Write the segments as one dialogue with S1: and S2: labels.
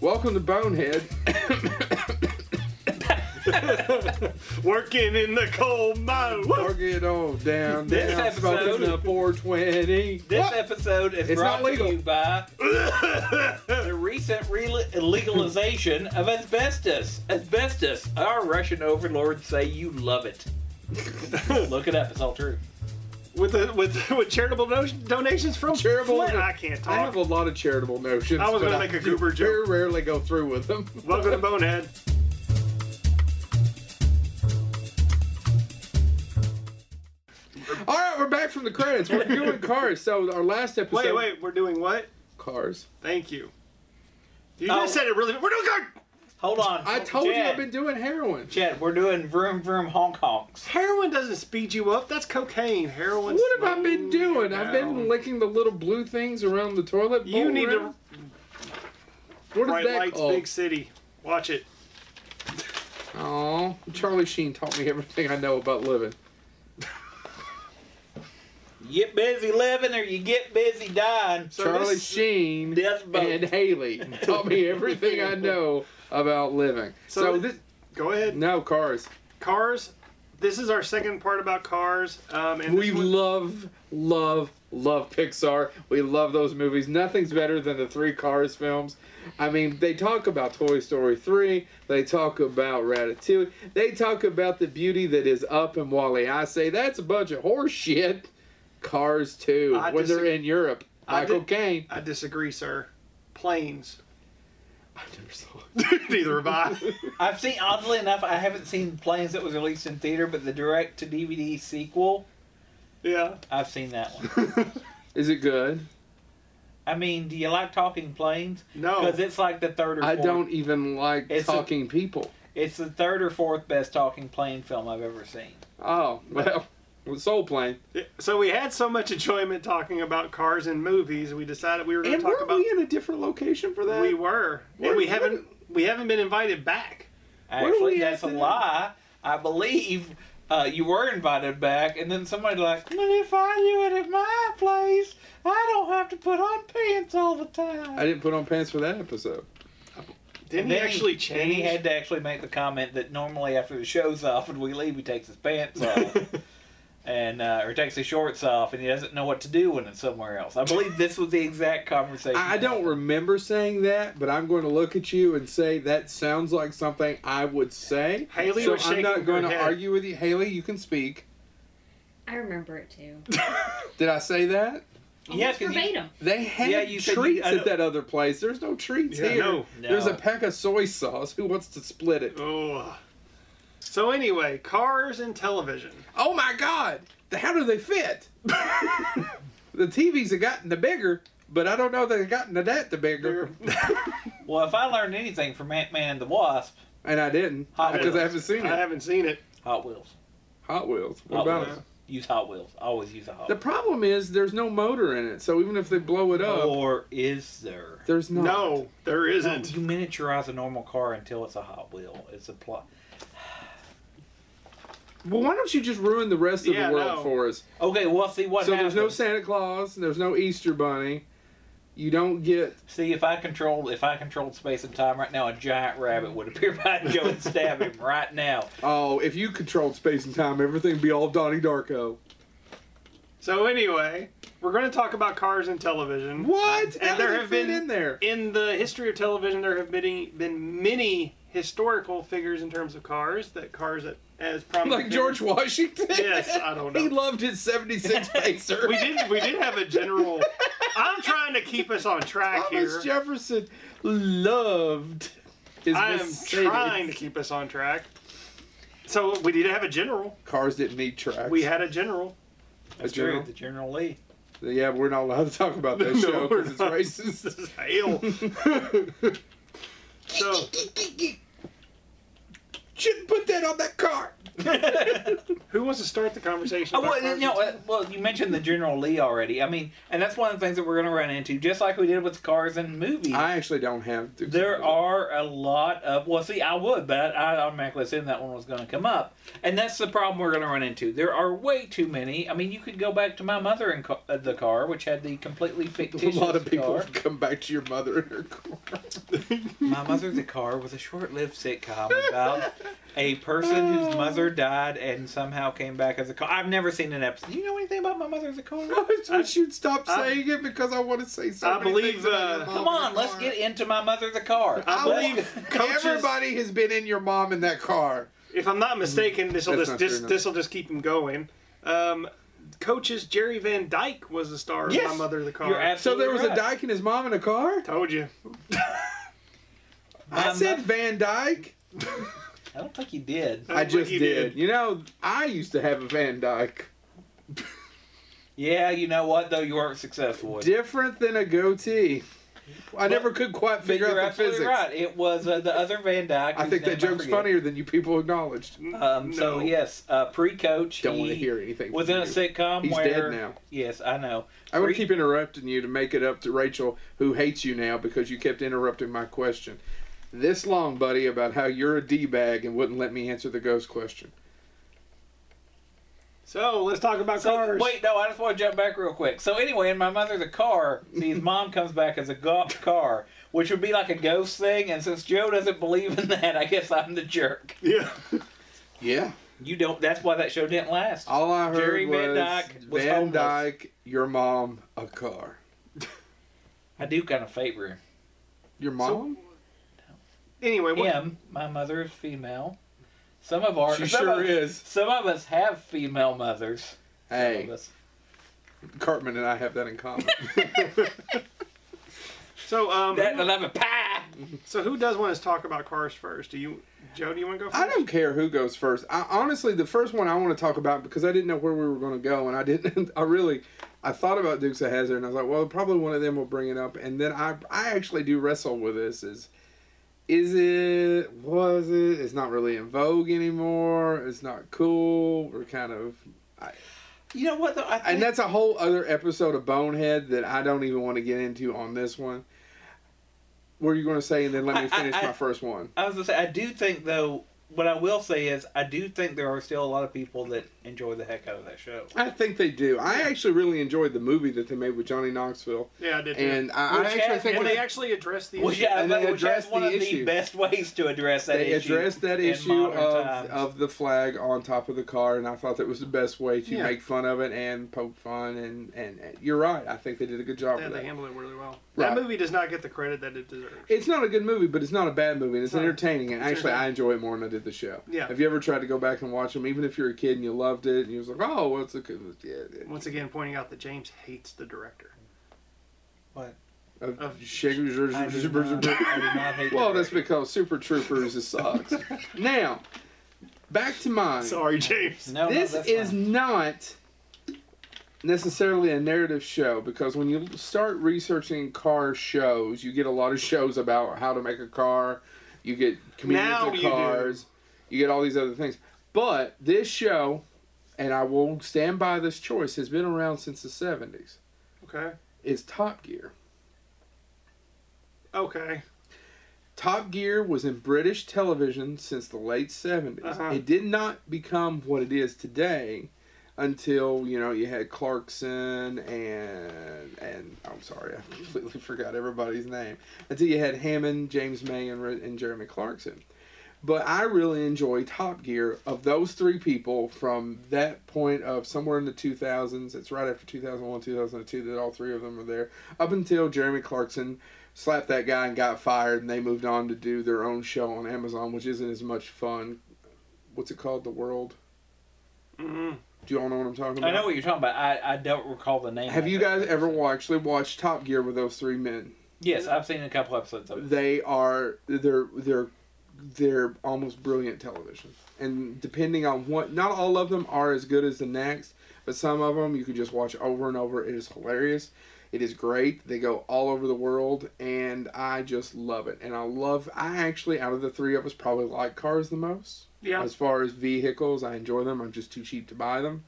S1: Welcome to Bonehead.
S2: Working in the coal mine. Woo!
S1: Work it all down,
S3: This
S1: down, smoking
S3: episode-
S1: the 420.
S3: This
S1: What?
S3: episode is
S1: It's
S3: brought
S1: not legal.
S3: to you by the recent re- legalization of asbestos. Asbestos. Our Russian overlords say you love it. Look it up. It's all true.
S2: with the, with with charitable no- donations from
S1: Charitable-
S2: Flint. I can't
S1: I have
S2: talk.
S1: a lot of charitable notions.
S2: I was
S1: but
S2: gonna make a
S1: you
S2: goober
S1: Very
S2: joke.
S1: rarely go through with them.
S2: Welcome to Bonehead.
S1: All right, we're back from the credits. We're doing cars. So our last episode.
S2: Wait, wait, we're doing what?
S1: Cars.
S2: Thank you. You
S3: Oh.
S2: just said it really. We're doing good.
S3: Hold on.
S2: Oh,
S1: I told you
S3: Chad,
S1: I've been doing heroin.
S3: Chad, we're doing vroom vroom honk honks.
S2: Heroin doesn't speed you up. That's cocaine. Heroin.
S1: What have I been
S2: slows
S1: doing?
S2: you
S1: I've
S2: down.
S1: been licking the little blue things around the toilet.
S2: You
S1: bowl
S2: need to-
S1: around. What
S2: Bright
S1: is that
S2: lights,
S1: called?
S2: big city. Watch it.
S1: Aw, Charlie Sheen taught me everything I know about living.
S3: You get busy living or you get busy dying.
S2: So
S1: Charlie
S2: this-
S1: Sheen
S3: Death boat.
S1: and Haley taught me everything I know about living. So,
S2: So,
S1: this
S2: Go ahead.
S1: no cars.
S2: Cars. This is our second part about cars. Um, and
S1: We
S2: this one-
S1: love, love, love Pixar. We love those movies. Nothing's better than the three Cars films. I mean, they talk about Toy Story 3, they talk about Ratatouille, they talk about the beauty that is up in Wally. I say that's a bunch of horse shit. Cars 2,
S2: I
S1: when they're
S2: disag-
S1: in Europe.
S2: I
S1: Michael
S2: did-
S1: Caine.
S2: I disagree, sir. Planes.
S1: I never saw it.
S2: Neither have I.
S3: I've seen, oddly enough, I haven't seen Planes that was released in theater, but the direct to DVD sequel,
S2: yeah.
S3: I've seen that one.
S1: Is it good?
S3: I mean, do you like talking planes?
S2: No.
S3: Because it's like the third or
S1: I
S3: fourth.
S1: don't even like
S3: It's a-
S1: talking people.
S3: It's the third or fourth best talking plane film I've ever seen.
S1: Oh, well, with Soul Plane.
S2: So we had so much enjoyment talking about cars and movies. We decided we were going
S1: And
S2: to talk
S1: were
S2: about.
S1: we in a different location for that?
S2: We were,
S1: Where-
S2: and we haven't we haven't been invited back.
S1: do
S3: Actually,
S1: we
S3: that's a
S1: have to do?
S3: lie. I believe uh, you were invited back, and then somebody like, but if I do it at my place, I don't have to put on pants all the time.
S1: I didn't put on pants for that episode.
S2: Didn't
S3: And
S2: he
S3: then
S2: actually
S3: Then
S2: change?
S3: he had to actually make the comment that normally after the show's off and we leave, he takes his pants off. And uh, or takes his shorts off, and he doesn't know what to do when it's somewhere else. I believe this was the exact conversation.
S1: I I don't remember saying that, but I'm going to look at you and say that sounds like something I would say.
S2: Haley
S1: so
S2: was
S1: I'm
S2: shaking
S1: not going
S2: her
S1: to
S2: head.
S1: argue with you. Haley, you can speak.
S4: I remember it too.
S1: Did I say that?
S4: Almost
S3: Yeah, 'cause you-
S4: verbatim.
S1: They had
S3: Yeah, you said you-
S1: treats
S3: I know-
S1: at that other place. There's no treats
S2: Yeah,
S1: here.
S2: no.
S3: No.
S1: There's a pack of soy sauce. Who wants to split it?
S2: oh. So anyway, cars and television.
S1: Oh my God! How do they fit? the TVs have gotten the bigger, but I don't know they've gotten the that the bigger.
S3: Well, if I learned anything from Ant Man and the Wasp,
S1: And I didn't
S3: Hot
S1: because I
S3: Wheels.
S1: haven't seen
S2: I
S1: it.
S2: haven't seen it.
S3: Hot Wheels.
S1: Hot Wheels. What
S3: Hot
S1: about
S3: Wheels.
S1: it?
S3: Use Hot Wheels. Always use a Hot
S1: The
S3: Wheels.
S1: problem is there's no motor in it, so even if they blow it up,
S3: Or is there?
S1: there's not.
S2: No, there isn't.
S3: You miniaturize a normal car until it's a Hot Wheel. It's a plot.
S1: Well, why don't you just ruin the rest of
S2: Yeah,
S1: the world
S2: no.
S1: for us?
S3: Okay, well, see what
S1: so
S3: happens.
S1: there's no Santa Claus, and there's no Easter Bunny. You don't get.
S3: see if I controlled if I controlled space and time right now, a giant rabbit would appear behind Joe and stab him right now.
S1: Oh, if you controlled space and time, everything would be all Donnie Darko.
S2: So anyway, we're going to talk about cars and television.
S1: What?
S2: And
S1: How did
S2: there
S1: it
S2: have
S1: fit
S2: been
S1: in there.
S2: In the history of television, there have been been many historical figures in terms of cars that cars that as prominent
S1: Like George
S2: figures-
S1: Washington.
S2: Yes, I don't know.
S1: He loved his 76 Pacer.
S2: we did we did have a general. I'm trying to keep us on track
S1: Thomas
S2: here.
S1: Jefferson loved his
S2: I am
S1: Mercedes.
S2: trying to keep us on track. So we did have a general.
S1: Cars didn't need tracks.
S2: We had a general.
S3: That's
S1: general?
S3: true. The General Lee.
S1: Yeah, we're not allowed to talk about that
S2: No,
S1: show
S2: we're
S1: because it's
S2: not.
S1: racist.
S2: Hail. so
S1: shouldn't put that on that car.
S2: Who wants to start the conversation?
S3: Oh,
S2: about
S3: well,
S2: cars?
S3: you know, uh, well, you mentioned the General Lee already. I mean, and that's one of the things that we're going to run into, just like we did with cars and movies.
S1: I actually don't have. Dukes of
S3: there
S1: Hazzard.
S3: are a lot of well, see, I would, but I, I automatically assumed that one was going to come up, and that's the problem we're going to run into. There are way too many. I mean, you could go back to my mother in ca- uh, the car, which had the completely
S1: a
S3: fictitious
S1: lot of people
S3: car.
S1: have come back to your mother in her car.
S3: My Mother the Car was a short lived sitcom about a person whose mother died and somehow came back as a car. I've never seen an episode. Do you know anything about My Mother the Car?
S1: I wish
S2: I-
S1: I should stop
S2: I-
S1: saying it because I want to say so
S2: I
S1: many
S2: believe,
S1: things about your mom
S2: uh,
S3: Come
S1: in
S3: on,
S1: the
S3: let's
S1: car.
S3: get into My Mother the Car.
S1: I
S3: Let's-
S2: believe coaches-
S1: Everybody has been in your mom in that car.
S2: if I'm not mistaken, this will
S1: Mm. That's
S2: just
S1: not true,
S2: this
S1: no.
S2: this will just keep him going. Um, coaches Jerry Van Dyke was the star
S3: Yes.
S2: of My Mother the Car.
S3: You're
S1: So
S3: absolutely
S1: there was a
S3: right.
S1: Dyke and his mom in a car.
S2: Told you.
S1: I
S3: My
S1: said
S3: mo-
S1: Van Dyke.
S3: I don't think you did.
S1: I
S2: I don't think
S1: just
S2: you
S1: did.
S2: did.
S1: You know, I used to have a Van Dyke.
S3: Yeah, you know what though, you weren't successful. with it.
S1: Different than a goatee. I
S3: But-
S1: never could quite
S3: But
S1: figure
S3: you're
S1: out the
S3: absolutely
S1: physics.
S3: right. It was uh, the other Van Dyke.
S1: I
S3: whose
S1: think
S3: name
S1: that joke's
S3: forget.
S1: funnier than you people acknowledged.
S3: Um, So
S2: No.
S3: yes, uh, pre-coach.
S1: Don't want to
S3: he
S1: hear anything.
S3: Was
S1: from
S3: in a
S1: you.
S3: sitcom
S1: He's
S3: where.
S1: dead now.
S3: Yes, I know.
S1: I would
S3: Pre-
S1: keep interrupting you to make it up to Rachel, who hates you now because you kept interrupting my question. This long, buddy, about how you're a D bag and wouldn't let me answer the ghost question.
S2: So let's talk about
S3: So-
S2: cars.
S3: wait, no, I just want to jump back real quick. So anyway, in my mother the car, see, his mom comes back as a golf car, which would be like a ghost thing. And since Joe doesn't believe in that, I guess I'm the jerk.
S2: Yeah.
S1: Yeah.
S3: You don't. That's why that show didn't last.
S1: All I heard
S3: Jerry
S1: was
S3: Van Dyke was
S1: Van
S3: homeless.
S1: Dyke, your mom, a car.
S3: I do kind of favor him.
S1: Your mom?
S2: Anyway, what,
S3: Him, my mother is female. Some of our
S1: she
S3: some
S1: sure
S3: of-
S1: is.
S3: Some of us have female mothers. Some
S1: Hey,
S3: of us.
S1: Cartman and I have that in common.
S2: so um,
S3: That uh, and I'm a pie.
S2: so who does want to talk about cars first? Do you, Joe? Do you want to go first?
S1: I don't care who goes first. I honestly, the first one I want to talk about because I didn't know where we were going to go, and I didn't. I really, I thought about Dukes of Hazard, and I was like, well, probably one of them will bring it up, and then I, I actually do wrestle with this. Is, is it? Was it? It's not really in vogue anymore. It's not cool. We're kind of,
S3: You know what? Though, I think
S1: and that's a whole other episode of Bonehead that I don't even want to get into on this one. What are you going to say? And then let me
S3: I- I-
S1: finish
S3: I-
S1: my first one.
S3: I was gonna say I do think though. What I will say is I do think there are still a lot of people that enjoy the heck out of that show.
S1: I think they do. I actually really enjoyed the movie that they made with Johnny Knoxville,
S2: Yeah, I did. Too.
S1: and I, I
S3: Which
S1: actually
S3: has
S1: think
S2: Well, they
S1: they,
S2: actually addressed the
S3: Well,
S2: issue.
S3: yeah,
S1: And
S3: like,
S1: they
S3: which that's
S1: addressed
S3: one
S1: the
S3: of the
S1: issue.
S3: best ways to address that issue.
S1: addressed that
S3: in
S1: issue
S3: modern
S1: of,
S3: times.
S1: of the flag on top of the car, and I thought that was the best way to
S2: Yeah.
S1: make fun of it and poke fun. And, and and you're right. I think they did a good job
S2: Yeah,
S1: with
S2: they
S1: that.
S2: handled it really well.
S1: Right.
S2: That movie does not get the credit that it deserves.
S1: It's not a good movie, but it's not a bad movie. And it's
S2: No.
S1: entertaining, and
S2: It's
S1: actually,
S2: entertaining.
S1: I enjoy it more than I did the show.
S2: Yeah.
S1: Have you ever tried to go back and watch them, even if you're a kid and you loved it, and you was like, "Oh, what's a good?" Yeah, yeah.
S2: Once again, pointing out that James hates the director.
S1: Of-
S2: Of-
S3: I do not- I do not hate
S1: Well,
S3: that
S1: that's
S3: record.
S1: because Super Troopers is sucks. now, back to mine.
S2: Sorry, James.
S3: no, no,
S1: this
S3: that's
S1: is
S3: fine.
S1: not necessarily a narrative show because when you start researching car shows, you get a lot of shows about how to make a car. You get comedians
S2: Now you
S1: of
S2: do.
S1: cars. you get all these other things. But this show, and I will stand by this choice, has been around since the 70s.
S2: Okay.
S1: Is Top Gear.
S2: Okay.
S1: Top Gear was in British television since the late 70s.
S2: Uh-huh.
S1: It did not become what it is today until, you know, you had Clarkson and and I'm sorry, I completely forgot everybody's name. Until you had Hammond, James May and, Re- and Jeremy Clarkson. But I really enjoy Top Gear of those three people from that point of somewhere in the 2000s. It's right after 2001, 2002 that all three of them were there up until Jeremy Clarkson slapped that guy and got fired, and they moved on to do their own show on Amazon, which isn't as much fun. What's it called? The World.
S2: hmm
S1: Do you all know what I'm talking about?
S3: I know what you're talking about. I, I don't recall the name.
S1: Have
S3: of
S1: you
S3: it.
S1: guys ever wa- actually watched Top Gear with those three men?
S3: Yes, I've seen a couple episodes of it.
S1: They are they're they're they're almost brilliant television, and depending on what, not all of them are as good as the next, but some of them you could just watch over and over. It is hilarious. It is great. They go all over the world, and I just love it. And I love. I actually, out of the three of us, probably like cars the most.
S2: Yeah.
S1: As far as vehicles, I enjoy them. I'm just too cheap to buy them.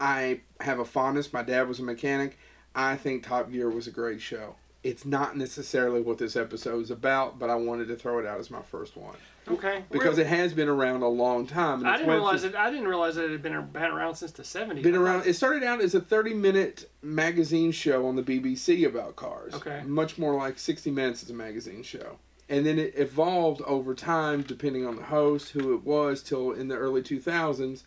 S1: I have a fondness. My dad was a mechanic. I think Top Gear was a great show. It's not necessarily what this episode is about, but I wanted to throw it out as my first one
S2: Okay.
S1: because it has been around a long time.
S2: I didn't
S1: went
S2: realize
S1: through-
S2: it. I didn't realize that it had been, ar- been around since the seventies.
S1: Been around. It started out as a 30-minute magazine show on the BBC about cars.
S2: Okay.
S1: Much more like 60 Minutes is a magazine show, and then it evolved over time, depending on the host, who it was, till in the early 2000s.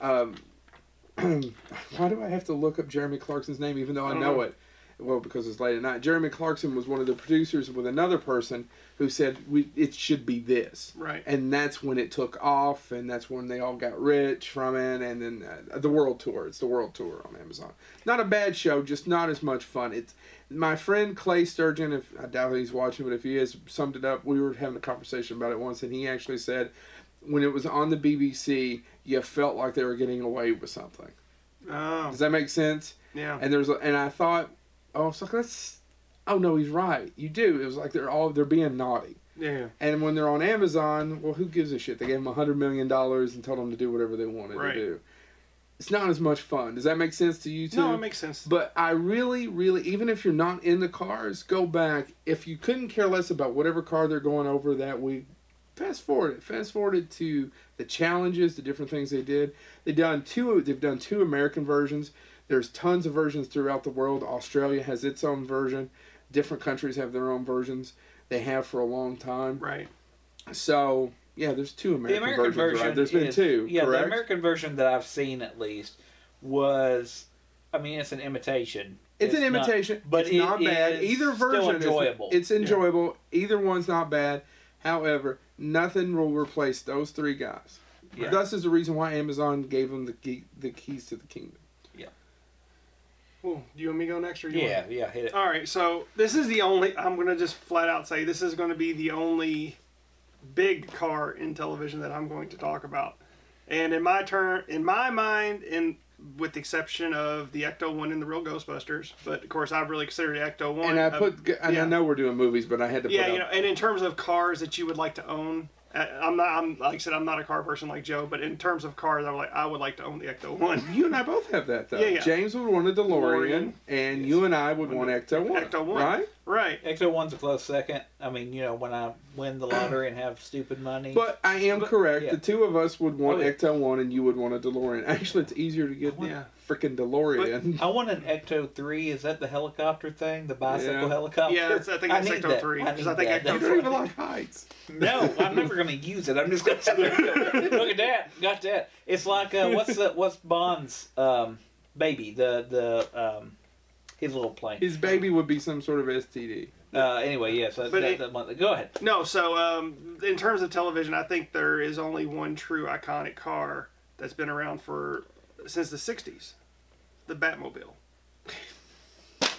S1: Um, why do I have to look up Jeremy Clarkson's name, even though I,
S2: I don't
S1: know
S2: know.
S1: it? Well, because it's late at night. Jeremy Clarkson was one of the producers with another person who said we it should be this
S2: Right.
S1: and that's when it took off and that's when they all got rich from it and then uh, the world tour it's the world tour on amazon not a bad show just not as much fun it's my friend clay sturgeon if i doubt he's watching but if he is summed it up we were having a conversation about it once and he actually said when it was on the bbc you felt like they were getting away with something
S2: Oh.
S1: does that make sense
S2: Yeah.
S1: and there's a, and I thought, oh, it's like that's, oh no, he's right. You do. It was like they're all they're being naughty.
S2: Yeah.
S1: And when they're on Amazon, well, who gives a shit? They gave them a hundred million dollars and told them to do whatever they wanted
S2: Right.
S1: to do. It's not as much fun. Does that make sense to you too?
S2: No, it makes sense.
S1: But I really, really, even if you're not in the cars, go back. If you couldn't care less about whatever car they're going over that week, fast forward it. Fast forward it to the challenges, the different things they did. They've done two. They've done two American versions. There's tons of versions throughout the world. Australia has its own version. Different countries have their own versions. They have for a long time.
S2: Right.
S1: So yeah, there's two
S3: The
S1: American,
S3: American
S1: versions.
S3: version.
S1: right? There's been
S3: is-
S1: two.
S3: Yeah,
S1: correct?
S3: the American version that I've seen at least was. I mean, it's an imitation.
S1: It's, an
S3: not-
S1: imitation,
S3: but
S1: but it's
S3: it
S1: not bad.
S3: is
S1: Either
S3: still
S1: version is
S3: enjoyable.
S1: it's enjoyable. Either one's not bad. However, nothing will replace those three guys.
S3: Yeah.
S1: Thus is the reason why Amazon gave them the key, the keys to the kingdom.
S2: Well, do you want me to go next, or do you
S3: yeah, yeah, hit it.
S2: All right, so this is the only. I'm gonna just flat out say this is gonna be the only big car in television that I'm going to talk about. And in my turn, in my mind, and with the exception of the Ecto One and the Real Ghostbusters, but of course I've really considered Ecto One.
S1: And
S3: uh,
S1: I put. and I
S2: yeah.
S1: know we're doing movies, but I had to. Put
S2: yeah,
S1: up,
S2: you know, and in terms of cars that you would like to own, uh, I'm not. I'm like I said, I'm not a car person like Joe, but in terms of cars, I'm like I would like to own the Ecto One.
S1: You and I both have that though.
S2: Yeah, yeah.
S1: James would want a DeLorean,
S2: DeLorean.
S1: and you and I would want Ecto One.
S2: Ecto One,
S1: right?
S2: Right.
S3: Ecto One's a close second. I mean, you know, when I win the lottery and have stupid money.
S1: But I am correct.
S3: yeah.
S1: The two of us would want
S3: Oh, yeah.
S1: Ecto One, and you would want a DeLorean. Actually, it's easier to get
S2: Yeah.
S1: freaking DeLorean.
S3: I want an Ecto Three. Is that the helicopter thing? The bicycle
S1: Yeah.
S3: helicopter?
S2: Yeah, it's, I think it's
S3: need
S2: Ecto
S3: that.
S2: Three
S3: I
S2: because I,
S3: need
S2: think
S3: that.
S2: Ecto
S1: you
S3: That's
S1: don't
S2: Three.
S1: even like heights.
S3: No, I'm never going to use it. I'm just going to sit there. and go, Look at that. Got that. It's like uh, what's the, what's Bond's um, baby? The the um, his little plane.
S1: His baby would be some sort of STD.
S3: Uh, anyway, yes. Yeah, so
S2: But
S3: that,
S2: it-
S3: that month- go ahead.
S2: No, so um, in terms of television, I think there is only one true iconic car that's been around for since the '60s, the Batmobile.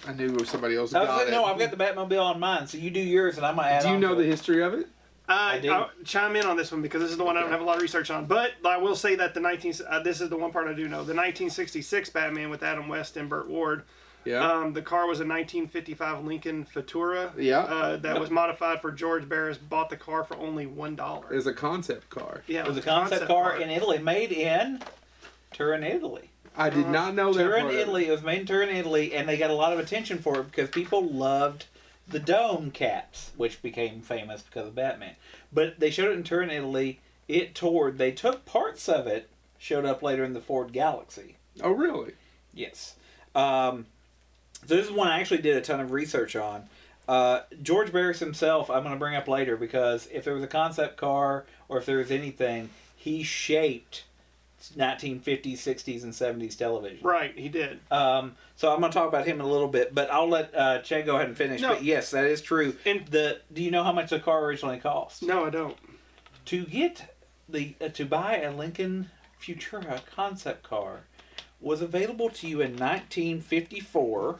S1: I knew it was somebody else.
S3: I
S1: Got
S3: was like,
S1: it.
S3: no, I've got the Batmobile on mine, so you do yours, and I might add.
S1: Do you
S3: on
S1: know
S3: to
S1: the
S3: it.
S1: history of it?
S2: I,
S3: I do.
S2: Uh, I'll chime in on this one because this is the one I don't have a lot of research on. But I will say that the 19 uh, this is the one part I do know. The 1966 Batman with Adam West and Burt Ward.
S3: Uh,
S1: Yeah.
S2: Um, the car was a 1955 Lincoln Futura.
S1: Yeah.
S2: Uh, that was modified for George Barris. Bought the car for only one dollar.
S1: it's a concept car.
S2: Yeah,
S3: It was a concept, car, in Italy, made in Turin, Italy.
S1: I
S3: uh,
S1: did not know that.
S3: Turin,
S1: part of it.
S3: Italy. It was made in Turin, Italy, and they got a lot of attention for it because people loved the dome caps, which became famous because of Batman. But they showed it in Turin, Italy. It toured. They took parts of it, showed up later in the Ford Galaxy.
S1: Oh, really?
S3: Yes. Um, so this is one I actually did a ton of research on. Uh, George Barris himself, I'm going to bring up later because if there was a concept car or if there was anything, he shaped 1950s, 60s, and 70s television.
S2: Right, he did.
S3: Um, so I'm going to talk about him in a little bit, but I'll let uh, Che go ahead and finish.
S2: No.
S3: But yes, that is true.
S2: And-
S3: the do you know how much the car originally cost
S2: No, I don't.
S3: to get the uh, to buy a Lincoln Futura concept car was available to you in 1954,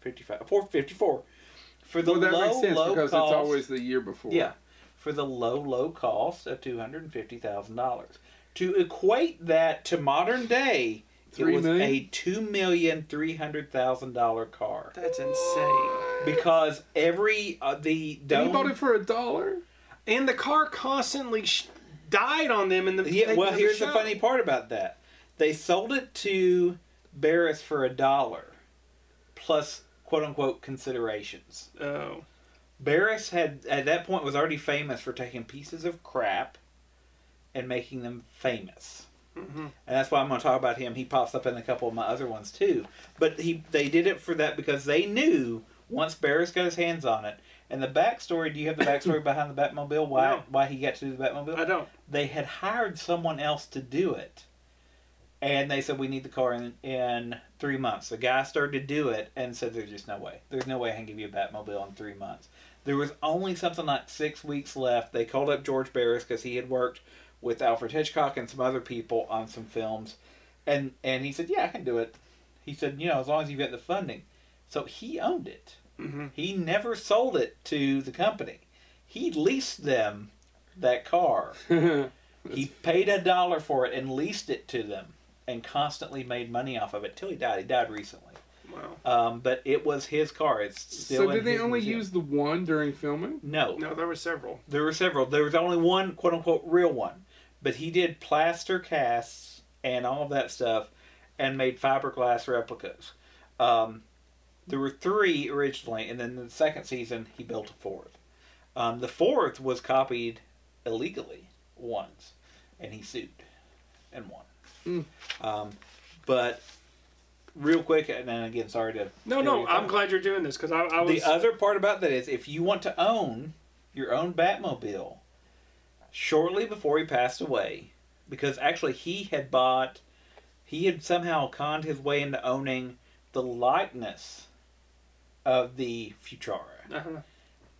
S3: 55, 454 for the
S1: well, that
S3: low
S1: makes sense
S3: low
S1: because
S3: cost.
S1: it's always the year before.
S3: Yeah, for the low, low cost of two hundred and fifty thousand dollars. To equate that to modern day,
S1: Three
S3: it was
S1: million?
S3: a two million three hundred thousand dollar car
S2: That's insane.
S3: because every uh, the
S1: And
S3: dome.
S1: he bought it for a dollar.
S2: And the car constantly sh- died on them in the
S3: yeah,
S2: they
S3: well,
S2: never
S3: here's the
S2: showed.
S3: funny part about that: they sold it to Barris for a dollar, plus quote unquote considerations.
S2: Oh,
S3: Barris had at that point was already famous for taking pieces of crap and making them famous.
S2: Mhm.
S3: And that's why I'm going to talk about him. He pops up in a couple of my other ones too. But he they did it for that because they knew once Barris got his hands on it. And the backstory, do you have the backstory behind the Batmobile? Why
S2: No.
S3: why he got to do the Batmobile?
S2: I don't.
S3: they had hired someone else to do it. And they said, we need the car in, in three months. The guy started to do it and said, there's just no way. There's no way I can give you a Batmobile in three months. There was only something like six weeks left. They called up George Barris because he had worked with Alfred Hitchcock and some other people on some films. And, and he said, yeah, I can do it. He said, you know, as long as you've got the funding. So he owned it.
S2: hmm
S3: He never sold it to the company. He leased them that car. He paid a dollar for it and leased it to them, and constantly made money off of it till he died. He died recently,
S2: Wow.
S3: um, but it was his car. It's still.
S1: so
S3: in
S1: did they
S3: his
S1: only
S3: museum.
S1: use the one during filming?
S3: No,
S2: No, there were several.
S3: there were several. There was only one quote unquote real one, but he did plaster casts and all of that stuff, and made fiberglass replicas. Um, there were three originally, and then the second season he built a fourth. Um, the fourth was copied illegally once, and he sued and won.
S1: Mm.
S3: Um, but real quick, and then again, sorry to
S2: No, no, I'm glad you're doing this because I, I was.
S3: the other part about that is if you want to own your own Batmobile, shortly before he passed away, because actually he had bought, he had somehow conned his way into owning the likeness of the Futura
S2: Uh-huh.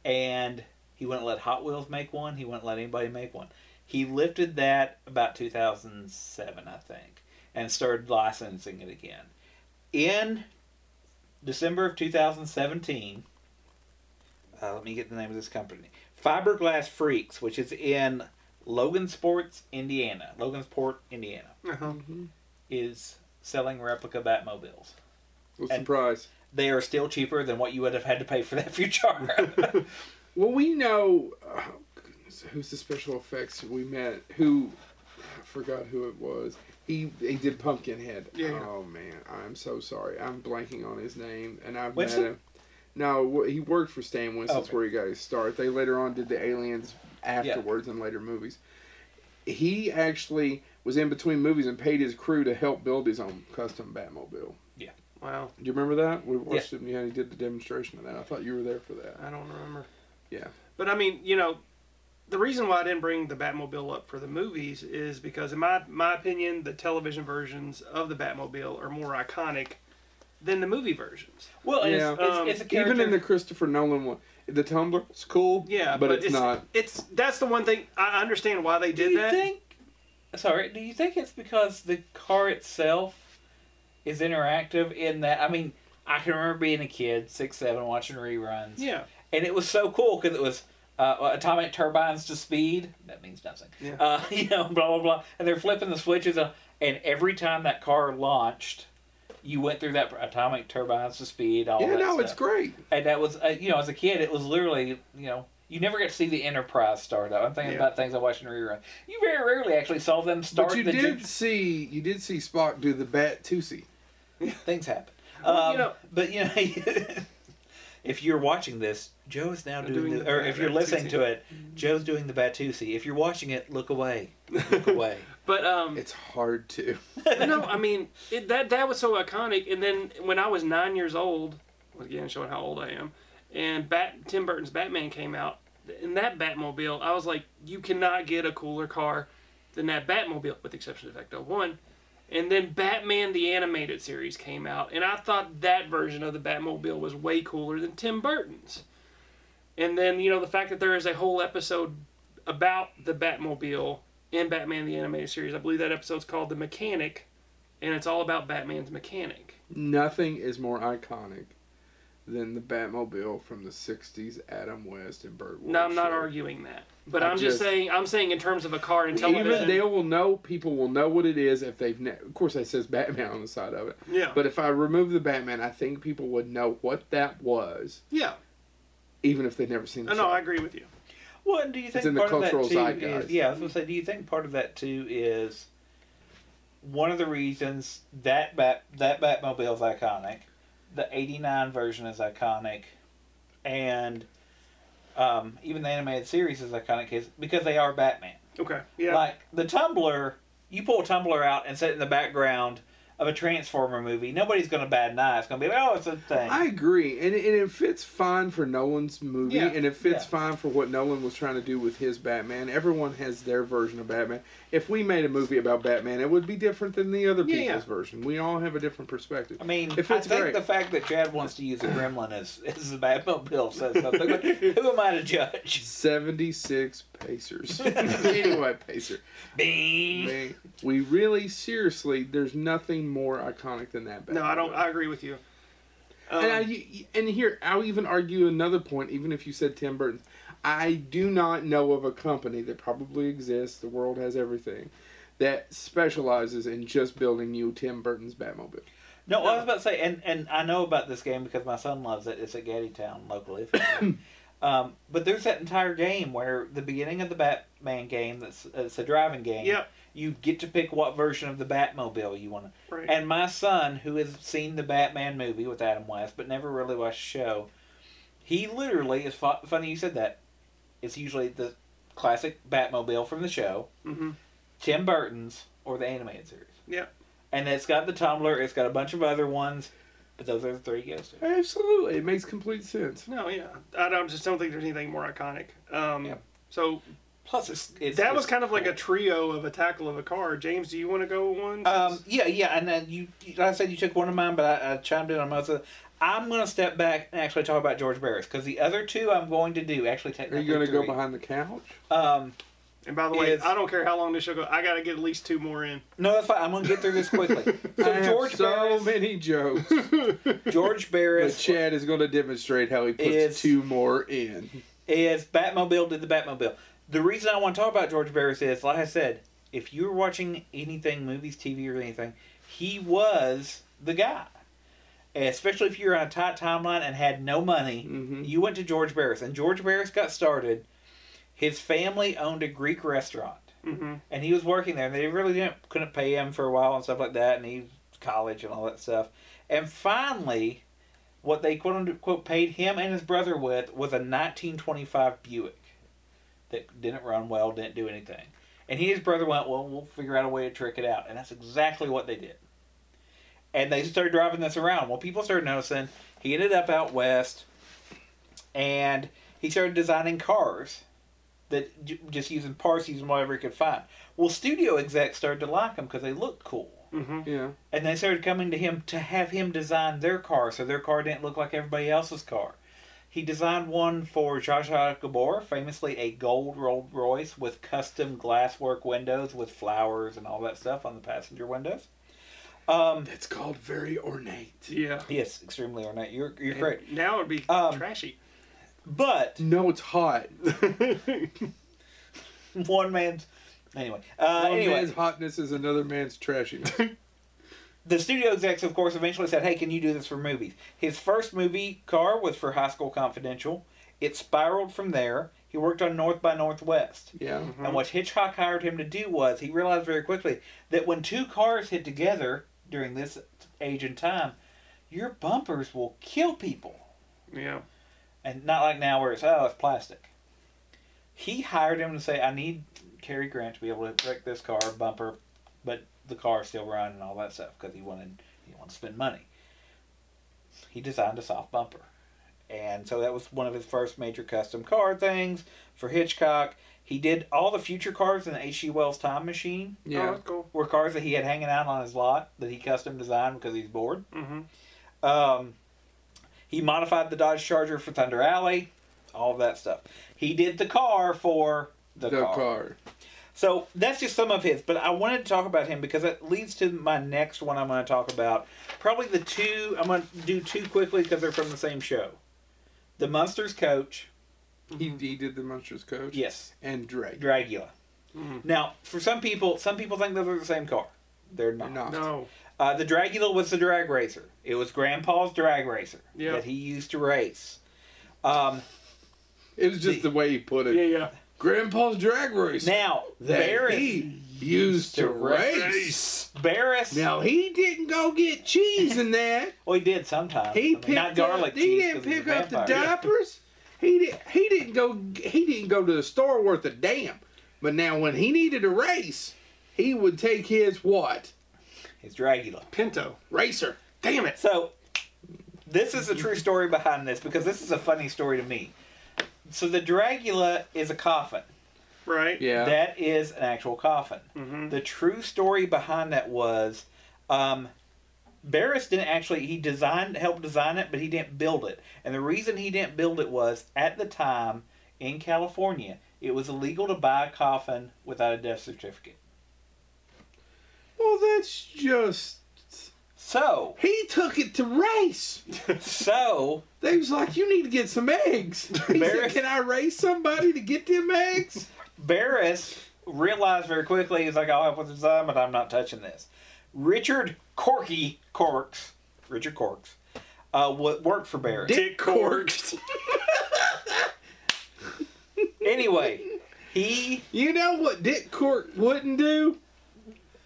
S3: and he wouldn't let Hot Wheels make one. He wouldn't let anybody make one. He lifted that about 2007, I think, and started licensing it again. In December of 2017, uh, let me get the name of this company Fiberglass Freaks, which is in Logan Sports, Indiana. Logansport, Indiana,
S2: Uh-huh.
S3: Mm-hmm. is selling replica Batmobiles
S1: What's
S3: And-
S1: the price?
S3: they are still cheaper than what you would have had to pay for that Futura.
S1: Well, we know oh, goodness, who's the special effects we met. Who I forgot who it was. He he did Pumpkinhead.
S2: Yeah.
S1: Oh man, I'm so sorry. I'm blanking on his name, and I've
S3: Winston?
S1: met him. No, wh- he worked for Stan Winston. That's
S3: Okay.
S1: where he got his start. They later on did the Aliens afterwards in later movies. He actually was in between movies and paid his crew to help build his own custom Batmobile.
S2: Wow.
S1: Do you remember that? We watched him. Yeah, he did the demonstration of that. I thought you were there for that.
S2: I don't remember.
S1: Yeah.
S2: But I mean, you know, the reason why I didn't bring the Batmobile up for the movies is because, in my my opinion, the television versions of the Batmobile are more iconic than the movie versions.
S3: well, and
S1: Yeah.
S3: it's, it's,
S2: Um,
S3: it's a character.
S1: Even in the Christopher Nolan one, the Tumblr, it's cool.
S2: Yeah,
S1: but, it's, not.
S2: It's that's the one thing I understand why they
S3: Do
S2: did
S3: you
S2: that.
S3: think? Sorry, do you think it's because the car itself is interactive? In that, I mean, I can remember being a kid, six, seven, watching reruns,
S2: Yeah.
S3: and it was so cool because it was uh, atomic turbines to speed. That means nothing.
S2: Yeah.
S3: Uh, you know, blah blah blah, and they're flipping the switches, and, and every time that car launched, you went through that atomic turbines to speed. All
S1: yeah,
S3: that
S1: no,
S3: stuff.
S1: it's great.
S3: And that was, uh, you know, as a kid, it was literally, you know, you never got to see the Enterprise start up. I'm thinking
S2: Yeah.
S3: about things I watched in rerun. You very rarely actually saw them start.
S1: But you
S3: the
S1: did
S3: ju-
S1: see, you did see Spock do the Bat Toosie.
S3: things happen.
S2: Well, you
S3: Um,
S2: know-
S3: but you know, if you're watching this, Joe is now
S2: I'm
S3: doing,
S2: doing
S3: the,
S2: the
S3: or if you're
S2: Batusi.
S3: listening to it, Joe's doing the Batusi. If you're watching it, look away, look away.
S2: But um,
S1: It's hard to.
S2: But no, I mean it, that that was so iconic. And then when I was nine years old, well, again showing how old I am, and Bat Tim Burton's Batman came out, in that Batmobile, I was like, you cannot get a cooler car than that Batmobile, with the exception of Ecto One. And then Batman the animated series came out, and I thought that version of the Batmobile was way cooler than Tim Burton's. And then you know the fact that there is a whole episode about the Batmobile in Batman the animated series. I believe that episode's called The Mechanic, and it's all about Batman's mechanic.
S1: Nothing is more iconic than the Batmobile from the '60s, Adam West and Burt.
S2: No, I'm not
S1: Wilson.
S2: arguing that. But
S1: I
S2: I'm
S1: just-
S2: just saying, I'm saying in terms of a car and
S1: Even
S2: television.
S1: they will know. People will know what it is if they've. Ne- of course, that says Batman on the side of it.
S2: yeah.
S1: But if I remove the Batman, I think people would know what that was,
S2: yeah.
S1: even if they've never seen the
S2: No,
S1: show.
S2: no, I agree with you.
S3: Well, and do you think
S1: in the
S3: part
S1: cultural
S3: of that too
S1: zeitgeist.
S3: is yeah? I was gonna say, do you think part of that too is one of the reasons that bat that Batmobile is iconic, the '89 version is iconic, and um, even the animated series is iconic is because they are Batman.
S2: Okay. Yeah.
S3: Like the Tumblr, you pull Tumblr out and set it in the background of a Transformer movie. Nobody's gonna bat an eye. It's gonna be like, oh, it's a thing.
S1: I agree, and it, and it fits fine for Nolan's movie,
S2: Yeah,
S1: and it fits
S3: yeah.
S1: fine for what Nolan was trying to do with his Batman. Everyone has their version of Batman. If we made a movie about Batman, it would be different than the other
S2: Yeah,
S1: people's
S2: yeah.
S1: version. We all have a different perspective.
S3: I mean,
S1: It
S3: I
S1: fits
S3: think
S1: great.
S3: the fact that Chad wants to use a gremlin is, is the Batmobile says something. but who am I to judge?
S1: Seventy-six Pacers. anyway, Pacer.
S3: Bing.
S1: Man, we really, seriously, there's nothing more iconic than that.
S2: no, I don't.
S1: Batmobile.
S2: I agree with you. Um,
S1: and, I, you- you- and here, I'll even argue another point, even if you said Tim Burton. I do not know of a company that probably exists, the world has everything, that specializes in just building you Tim Burton's Batmobile.
S3: No, I was about to say, and, and I know about this game because my son loves it. It's at Gaddy Town locally. um, but there's that entire game where the beginning of the Batman game, that's it's a driving game,
S2: Yep.
S3: you get to pick what version of the Batmobile you want to
S2: Right.
S3: And my son, who has seen the Batman movie with Adam West, but never really watched the show, he literally is fu- funny you said that. It's usually the classic Batmobile from the show,
S2: hmm
S3: Tim Burton's, or the animated series.
S2: Yeah.
S3: And it's got the Tumblr, it's got a bunch of other ones, but those are the three he goes to.
S1: Absolutely. It makes complete sense.
S2: No, yeah. I don't just don't think there's anything more iconic. Um,
S3: Yeah.
S2: So
S3: Plus, it's. it's
S2: that was
S3: it's
S2: kind of like
S3: cool.
S2: a trio of a tackle of a car. James, do you want to go one?
S3: Um, yeah, yeah, and then you, you- like I said, you took one of mine, but I, I chimed in on most of. I'm gonna step back and actually talk about George Barris because the other two I'm going to do actually
S1: Are
S3: technically.
S1: you going to go
S3: three.
S1: behind the couch?
S3: Um,
S2: and by the way,
S3: is-
S2: I don't care how long this show goes. I got to get at least two more in.
S3: No, that's fine. I'm gonna get through this quickly.
S1: I
S3: So
S1: have
S3: George
S1: so
S3: Barris,
S1: many jokes.
S3: George
S1: But
S3: Barris
S1: Chad is going to demonstrate how he puts
S3: It's-
S1: two more in.
S3: is Batmobile did the Batmobile. The reason I want to talk about George Barris is, like I said, if you were watching anything, movies, TV, or anything, he was the guy. Especially if you're on a tight timeline and had no money,
S1: Mhm.
S3: you went to George Barris, and George Barris got started. His family owned a Greek restaurant.
S2: Mm-hmm.
S3: and he was working there and they really didn't couldn't pay him for a while and stuff like that and he was college and all that stuff and finally what they quote unquote paid him and his brother with was a 1925 buick that didn't run well didn't do anything and he and his brother went well we'll figure out a way to trick it out and that's exactly what they did and they started driving this around well people started noticing he ended up out west and he started designing cars that j- just using parts, using whatever he could find. Well, studio execs started to like him because they looked cool,
S2: Mm-hmm.
S1: Yeah.
S3: and they started coming to him to have him design their car, so their car didn't look like everybody else's car. He designed one for Zsa Zsa Gabor, famously a gold Rolls Royce with custom glasswork windows with flowers and all that stuff on the passenger windows. Um,
S1: That's called very ornate.
S2: Yeah.
S3: yes, extremely ornate. You're you're correct,
S2: Now it'd be
S3: Um,
S2: trashy.
S3: but
S1: No, it's hot.
S3: one man's anyway. Uh,
S1: One
S3: anyway,
S1: man's hotness is another man's trashiness.
S3: the studio execs, of course, eventually said, "Hey, can you do this for movies?" His first movie car was for High School Confidential. It spiraled from there. He worked on North by Northwest,
S1: Yeah.
S3: and what Hitchcock hired him to do was he realized very quickly that when two cars hit together during this age and time, your bumpers will kill people,
S2: yeah.
S3: and not like now where it's oh it's plastic. He hired him to say, "I need Cary Grant to be able to wreck this car bumper, but the car still run and all that stuff because he wanted he wanted to spend money. He designed a soft bumper, and so that was one of his first major custom car things for Hitchcock. He did all the future cars in the H.G. Wells Time Machine
S2: Oh,
S1: Yeah.
S2: that's cool.
S3: were cars that he had hanging out on his lot that he custom designed because he's bored.
S2: Mm-hmm.
S3: Um, he modified the Dodge Charger for Thunder Alley, all of that stuff. He did the car for the,
S1: the car.
S3: car. So that's just some of his, but I wanted to talk about him because that leads to my next one I'm going to talk about. Probably the two, I'm going to do two quickly because they're from the same show. The Munsters coach, Mm-hmm.
S2: Mm-hmm.
S1: He, he did the Munsters coach
S3: yes,
S1: and Drake.
S3: Dragula.
S2: Mhm.
S3: Now, for some people, some people think those are the same car. They're not.
S1: No.
S2: No.
S3: Uh, the Dragula was the drag racer. It was Grandpa's drag racer
S2: Yeah.
S3: that he used to race. Um,
S1: It was just the way he put it.
S2: Yeah, yeah.
S1: Grandpa's drag race.
S3: now,
S1: that
S3: Barris,
S1: he used to
S3: to race.
S1: race.
S3: Barris,
S1: Now he didn't go get cheese in that.
S3: well, he did sometimes. I
S1: He
S3: mean,
S1: picked
S3: not garlic
S1: up,
S3: cheese.
S1: He
S3: 'cause
S1: didn't
S3: he's a
S1: pick up the
S3: vampire.
S1: diapers. He did. He didn't go. He didn't go to the store worth a damn. But now when he needed a race, he would take his what
S3: It's Dragula.
S2: Pinto.
S1: racer.
S2: Damn it.
S3: So, this is the true story behind this because this is a funny story to me. So, the Dragula is a coffin.
S2: Right.
S1: Yeah.
S3: That is an actual coffin.
S2: hmm
S3: The true story behind that was um, Barris didn't actually, he designed, helped design it, but he didn't build it. And the reason he didn't build it was at the time in California, it was illegal to buy a coffin without a death certificate.
S1: well, that's just.
S3: So,
S1: He took it to race.
S3: so,
S1: They was like, you need to get some eggs. He said,
S3: Barris-
S1: Can I race somebody to get them eggs?
S3: Barris realized very quickly, he's like, I'll help with the design, but I'm not touching this. Richard Corky Corks, Richard Corks, uh, w- worked for Barris.
S2: Dick corked.
S3: anyway, he
S1: You know what Dick Cork wouldn't do?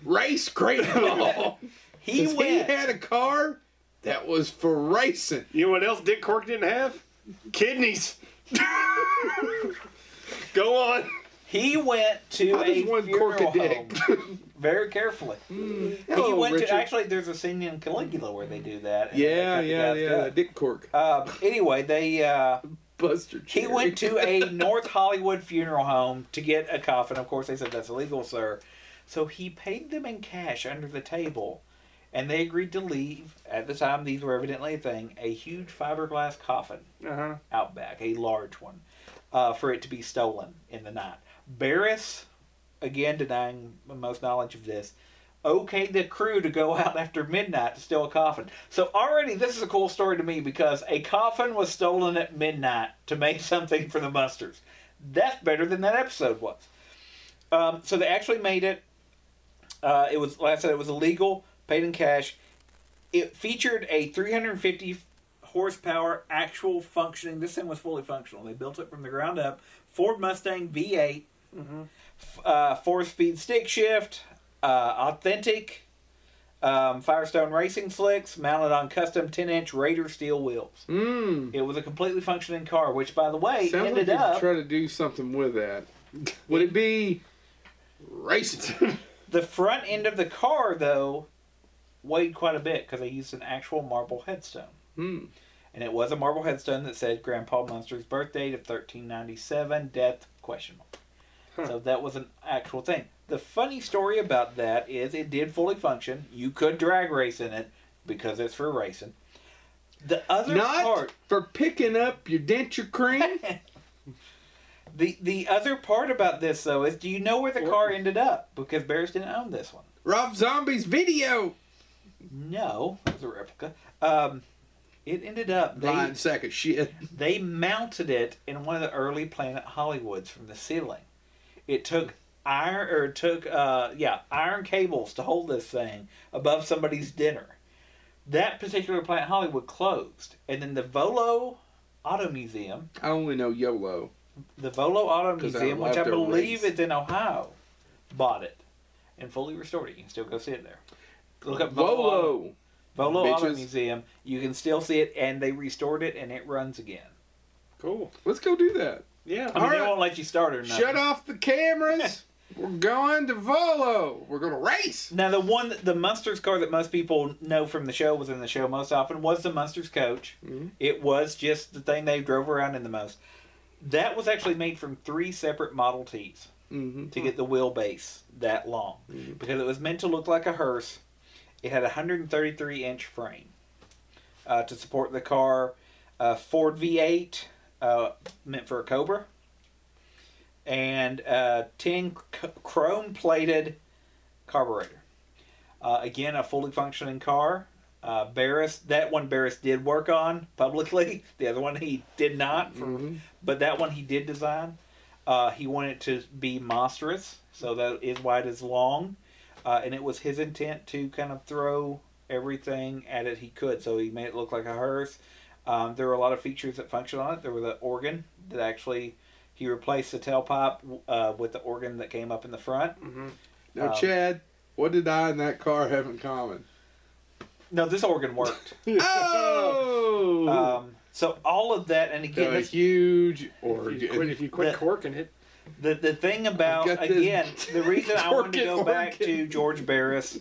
S1: Race Grandpa.
S3: he
S1: 'Cause
S3: went.
S1: he had a car that was for racing.
S2: You know what else Dick Cork didn't have? Kidneys. Go on.
S3: He went to
S1: I
S3: a
S1: just wanted
S3: funeral
S1: cork a
S3: home
S1: dick. Hmm.
S3: very carefully. he
S1: Hello,
S3: went
S1: Richard.
S3: to actually. There's a scene in Caligula where they do that. and they
S1: yeah,
S3: cut the
S1: yeah,
S3: guy's
S1: yeah.
S3: gut.
S1: Dick Cork.
S3: Um, anyway, they uh,
S1: Buster.
S3: he
S1: Cherry.
S3: went to a North Hollywood funeral home to get a coffin. Of course, they said that's illegal, sir. So he paid them in cash under the table, and they agreed to leave. At the time, these were evidently a thing: a huge fiberglass coffin.
S2: Uh huh.
S3: out back, a large one, uh, for it to be stolen in the night. Barris, again denying the most knowledge of this, okayed the crew to go out after midnight to steal a coffin. So already this is a cool story to me because a coffin was stolen at midnight to make something for the musters. That's better than that episode was. Um, so they actually made it. Uh, it was, like I said, it was illegal, paid in cash. It featured a 350 horsepower, actual functioning. This thing was fully functional. They built it from the ground up. Ford Mustang V8,
S1: Mm-hmm.
S3: f- uh, four-speed stick shift, uh, authentic um, Firestone racing slicks, mounted on custom 10-inch Raider steel wheels.
S1: Mm.
S3: It was a completely functioning car, which, by the way,
S1: Sounds like
S3: ended
S1: you
S3: up
S1: should try to do something with that. Would it be racing?
S3: the front end of the car though weighed quite a bit because they used an actual marble headstone.
S1: hmm.
S3: and it was a marble headstone that said Grandpa Munster's birth date of 1397, death question mark. So that was an actual thing. The funny story about that is it did fully function. You could drag race in it because it's for racing. The other
S1: Not
S3: part,
S1: for picking up your denture cream.
S3: the the other part about this though is, do you know where the car ended up? Because Bears didn't own this one.
S1: Rob Zombie's video.
S3: No, it was a replica. Um, it ended up they
S1: Blind sack of shit.
S3: They mounted it in one of the early Planet Hollywoods from the ceiling. It took iron or it took uh, yeah iron cables to hold this thing above somebody's dinner. That particular Planet Hollywood closed, and then the Volo Auto Museum,
S1: I only know YOLO.
S3: the Volo Auto
S1: 'Cause I
S3: Museum, which
S1: love
S3: I
S1: their
S3: believe
S1: race.
S3: is in Ohio, bought it and fully restored it. You can still go see it there. Look up Volo Auto-
S1: Volo.
S3: Volo Auto
S1: bitches.
S3: Museum. You can still see it, and they restored it, and it runs again.
S2: Cool.
S1: Let's go do that.
S2: Yeah.
S3: I mean, they
S1: Alright.
S3: won't let you start or nothing.
S1: Shut off the cameras. We're going to Volo. We're going to race.
S3: Now the one, the Munsters car that most people know from the show was in the show most often was the Munsters coach.
S1: Mhm.
S3: It was just the thing they drove around in the most. That was actually made from three separate Model Ts
S1: Mm-hmm.
S3: to get the wheelbase that long because it was meant to look like a hearse. It had a 133 inch frame uh, to support the car. Uh, Ford V8 uh, meant for a Cobra. and uh, 10 c- chrome plated carburetor. Uh, again, a fully functioning car. Uh, Barris, that one Barris did work on publicly. The other one he did not, for,
S1: Mhm.
S3: but that one he did design. Uh, he wanted it to be monstrous, so that is why it is long. Uh, and it was his intent to kind of throw everything at it he could. So he made it look like a hearse. Um, there were a lot of features that functioned on it. There was the organ that actually he replaced the tailpipe uh, with the organ that came up in the front.
S2: hmm
S1: Now,
S3: Um,
S1: Chad, what did I and that car have in common?
S3: No, this organ worked.
S1: Oh,
S3: um, so all of that, and again,
S1: a
S3: that's
S1: huge
S2: If you quit,
S1: organ.
S2: if you quit
S3: That-
S2: corking it,
S3: The the thing about
S1: I've got this
S3: again the reason I wanted to
S1: dorking
S3: go back
S1: organ.
S3: to George Barris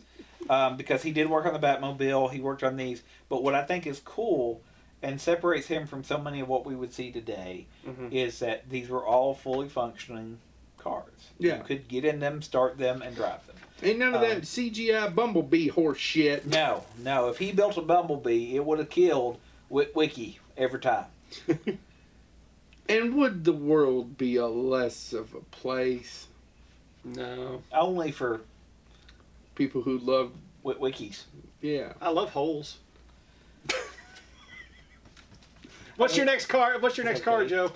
S3: um, because he did work on the Batmobile, he worked on these. But what I think is cool and separates him from so many of what we would see today
S2: Mhm.
S3: is that these were all fully functioning cars.
S1: Yeah.
S3: You could get in them, start them, and drive them.
S1: Ain't none of
S3: um,
S1: that CGI bumblebee horse shit.
S3: No, no. If he built a Bumblebee, it would have killed Wi- Wiki every time.
S1: And would the world be a less of a place?
S2: no.
S3: Only for
S1: People who love,
S3: wi- Wikis.
S1: yeah.
S2: I love holes. What's your next car? What's your next car,
S3: Okay.
S2: Joe?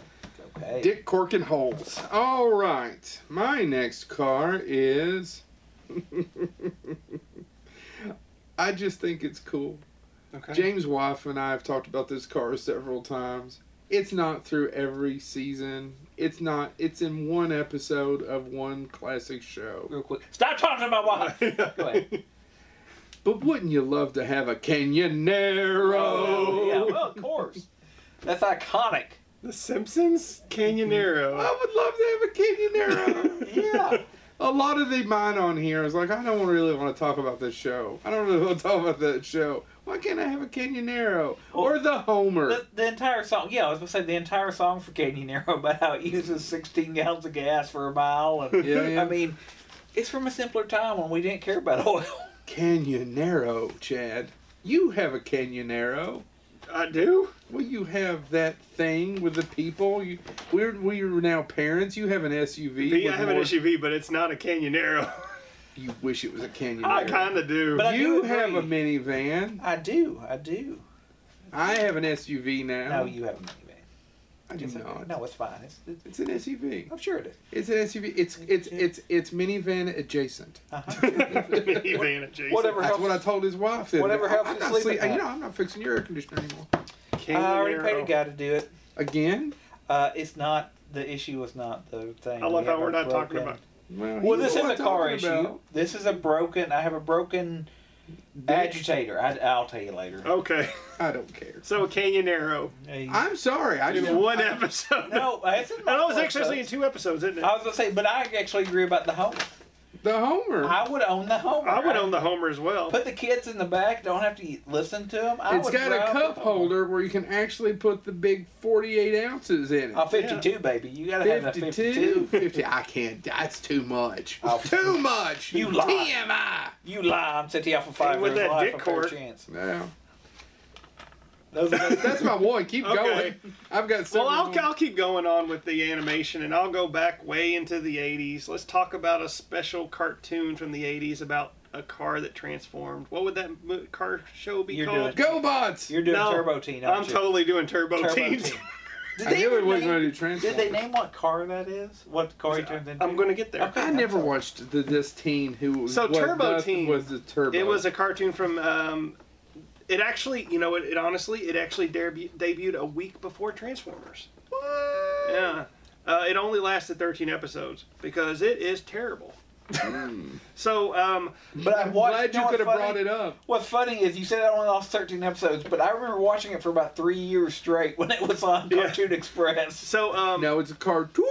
S3: Okay.
S1: Dick Corkin Holes. All right. My next car is. I just think it's cool.
S2: Okay.
S1: James Wife and I have talked about this car several times. It's not through every season. It's not. It's in one episode of one classic show.
S3: Real quick. Stop talking to my wife. Go ahead.
S1: But wouldn't you love to have a Canyonero?
S3: Oh, yeah, well, of course. That's iconic.
S2: The Simpsons Canyonero.
S1: I would love to have a Canyonero.
S3: Yeah.
S1: a lot of the mine on here is like, I don't really want to talk about this show. I don't really want to talk about that show. Why can't I have a Canyonero or the Homer?
S3: the, the entire song, yeah, I was going to say the entire song for Canyon Arrow about how it uses 16 gallons of gas for a mile. And,
S1: Yeah, yeah.
S3: I mean, it's from a simpler time when we didn't care about oil.
S1: Canyonero, Chad. You have a Canyonero.
S2: I do.
S1: Well, you have that thing with the people. You, we're we're now parents. You have an SUV.
S2: V,
S1: with
S2: I have an
S1: more-
S2: SUV, but it's not a Canyonero.
S1: You wish it was a Canyonero.
S2: I kind of do.
S3: But I
S1: you
S3: do
S1: have a
S3: agree.
S1: minivan.
S3: I do, I do.
S1: I have an SUV now.
S3: No, you have a minivan.
S1: I do
S3: It's okay.
S1: not.
S3: No, it's fine. It's,
S1: It's
S3: it's,
S1: an SUV.
S3: I'm sure it is.
S1: It's an SUV. It's it's it's it's minivan adjacent.
S3: Uh-huh.
S2: Minivan adjacent.
S3: Whatever
S1: That's
S3: helps.
S1: what I told his wife. the other
S3: Whatever
S1: day.
S3: helps
S1: I'm
S3: you
S1: not
S3: sleep
S1: sleep-
S3: at
S1: You
S3: night.
S1: know, I'm not fixing your air conditioner anymore.
S2: Canyonero.
S3: I already paid a guy to do it.
S1: Again?
S3: Uh, it's not, the issue was not the thing.
S2: I
S3: We
S2: love how
S3: have
S2: we're
S3: a
S2: not talking
S3: broken-
S2: about.
S1: Well,
S3: Well,
S1: he's
S3: this
S1: the one
S3: is a car
S1: talking about-
S3: issue. This is a broken. I have a broken agitator. I, I'll tell you later.
S2: Okay,
S1: I don't care.
S2: so a Canyonero
S3: Hey.
S1: I'm sorry. I
S2: in
S1: just
S2: one episode.
S3: no, that's
S2: and I was actually in two episodes, isn't it?
S3: I was gonna say, but I actually agree about the Homer.
S1: the Homer.
S3: I would own the Homer.
S2: I would own the Homer as well.
S3: Put the kids in the back. Don't have to listen to them. I
S1: It's
S3: would
S1: got a
S3: drive the
S1: cup
S3: Homer.
S1: holder where you can actually put the big 48 ounces in it.
S3: A Oh, fifty-two, baby. You gotta have a
S1: 52.
S3: fifty-two.
S1: 50. I can't. That's too much.
S3: Oh.
S1: Too much.
S3: You lie.
S1: TMI.
S3: You lie. I'm set to you out for five
S2: And with
S3: years
S2: that
S3: life.
S2: dick
S3: A fair
S2: court.
S3: chance.
S1: No.
S3: Those are the-
S1: That's my one. Keep
S2: Okay.
S1: going. I've got
S2: Well,
S1: several
S2: I'll,
S1: more.
S2: I'll keep going on with the animation and I'll go back way into the 80s. Let's talk about a special cartoon from the 80s about a car that transformed. What would that mo- car show be
S3: You're
S2: called?
S3: doing-
S1: Go bots.
S3: You're doing
S2: No,
S3: Turbo Teen.
S2: I'm
S3: aren't you?
S2: totally doing Turbo,
S3: Turbo
S2: Teen.
S3: Teen. Did
S1: I
S3: they
S1: knew
S3: ever
S1: it wasn't going
S3: name-
S1: to
S3: Did they
S1: transform.
S3: name what car that is? What car he turns into?
S2: I'm going to get there.
S3: Okay.
S1: I never watched the, this teen who was
S2: So
S1: was
S2: Turbo
S1: nothing
S2: Teen.
S1: was the turbo.
S2: It was a cartoon from. Um, it actually, you know, it, it honestly, it actually debu- debuted a week before Transformers. Yeah. Uh, it only lasted 13 episodes because it is terrible.
S1: Hmm.
S2: so, um,
S3: But I
S1: I'm
S3: watched.
S1: glad
S3: know
S1: you
S3: what's
S1: could have
S3: funny?
S1: brought it up.
S3: What's funny is you said I only lost 13 episodes, but I remember watching it for about three years straight when it was on
S2: Yeah.
S3: Cartoon Express.
S2: so, um,
S1: No, it's a Cartoon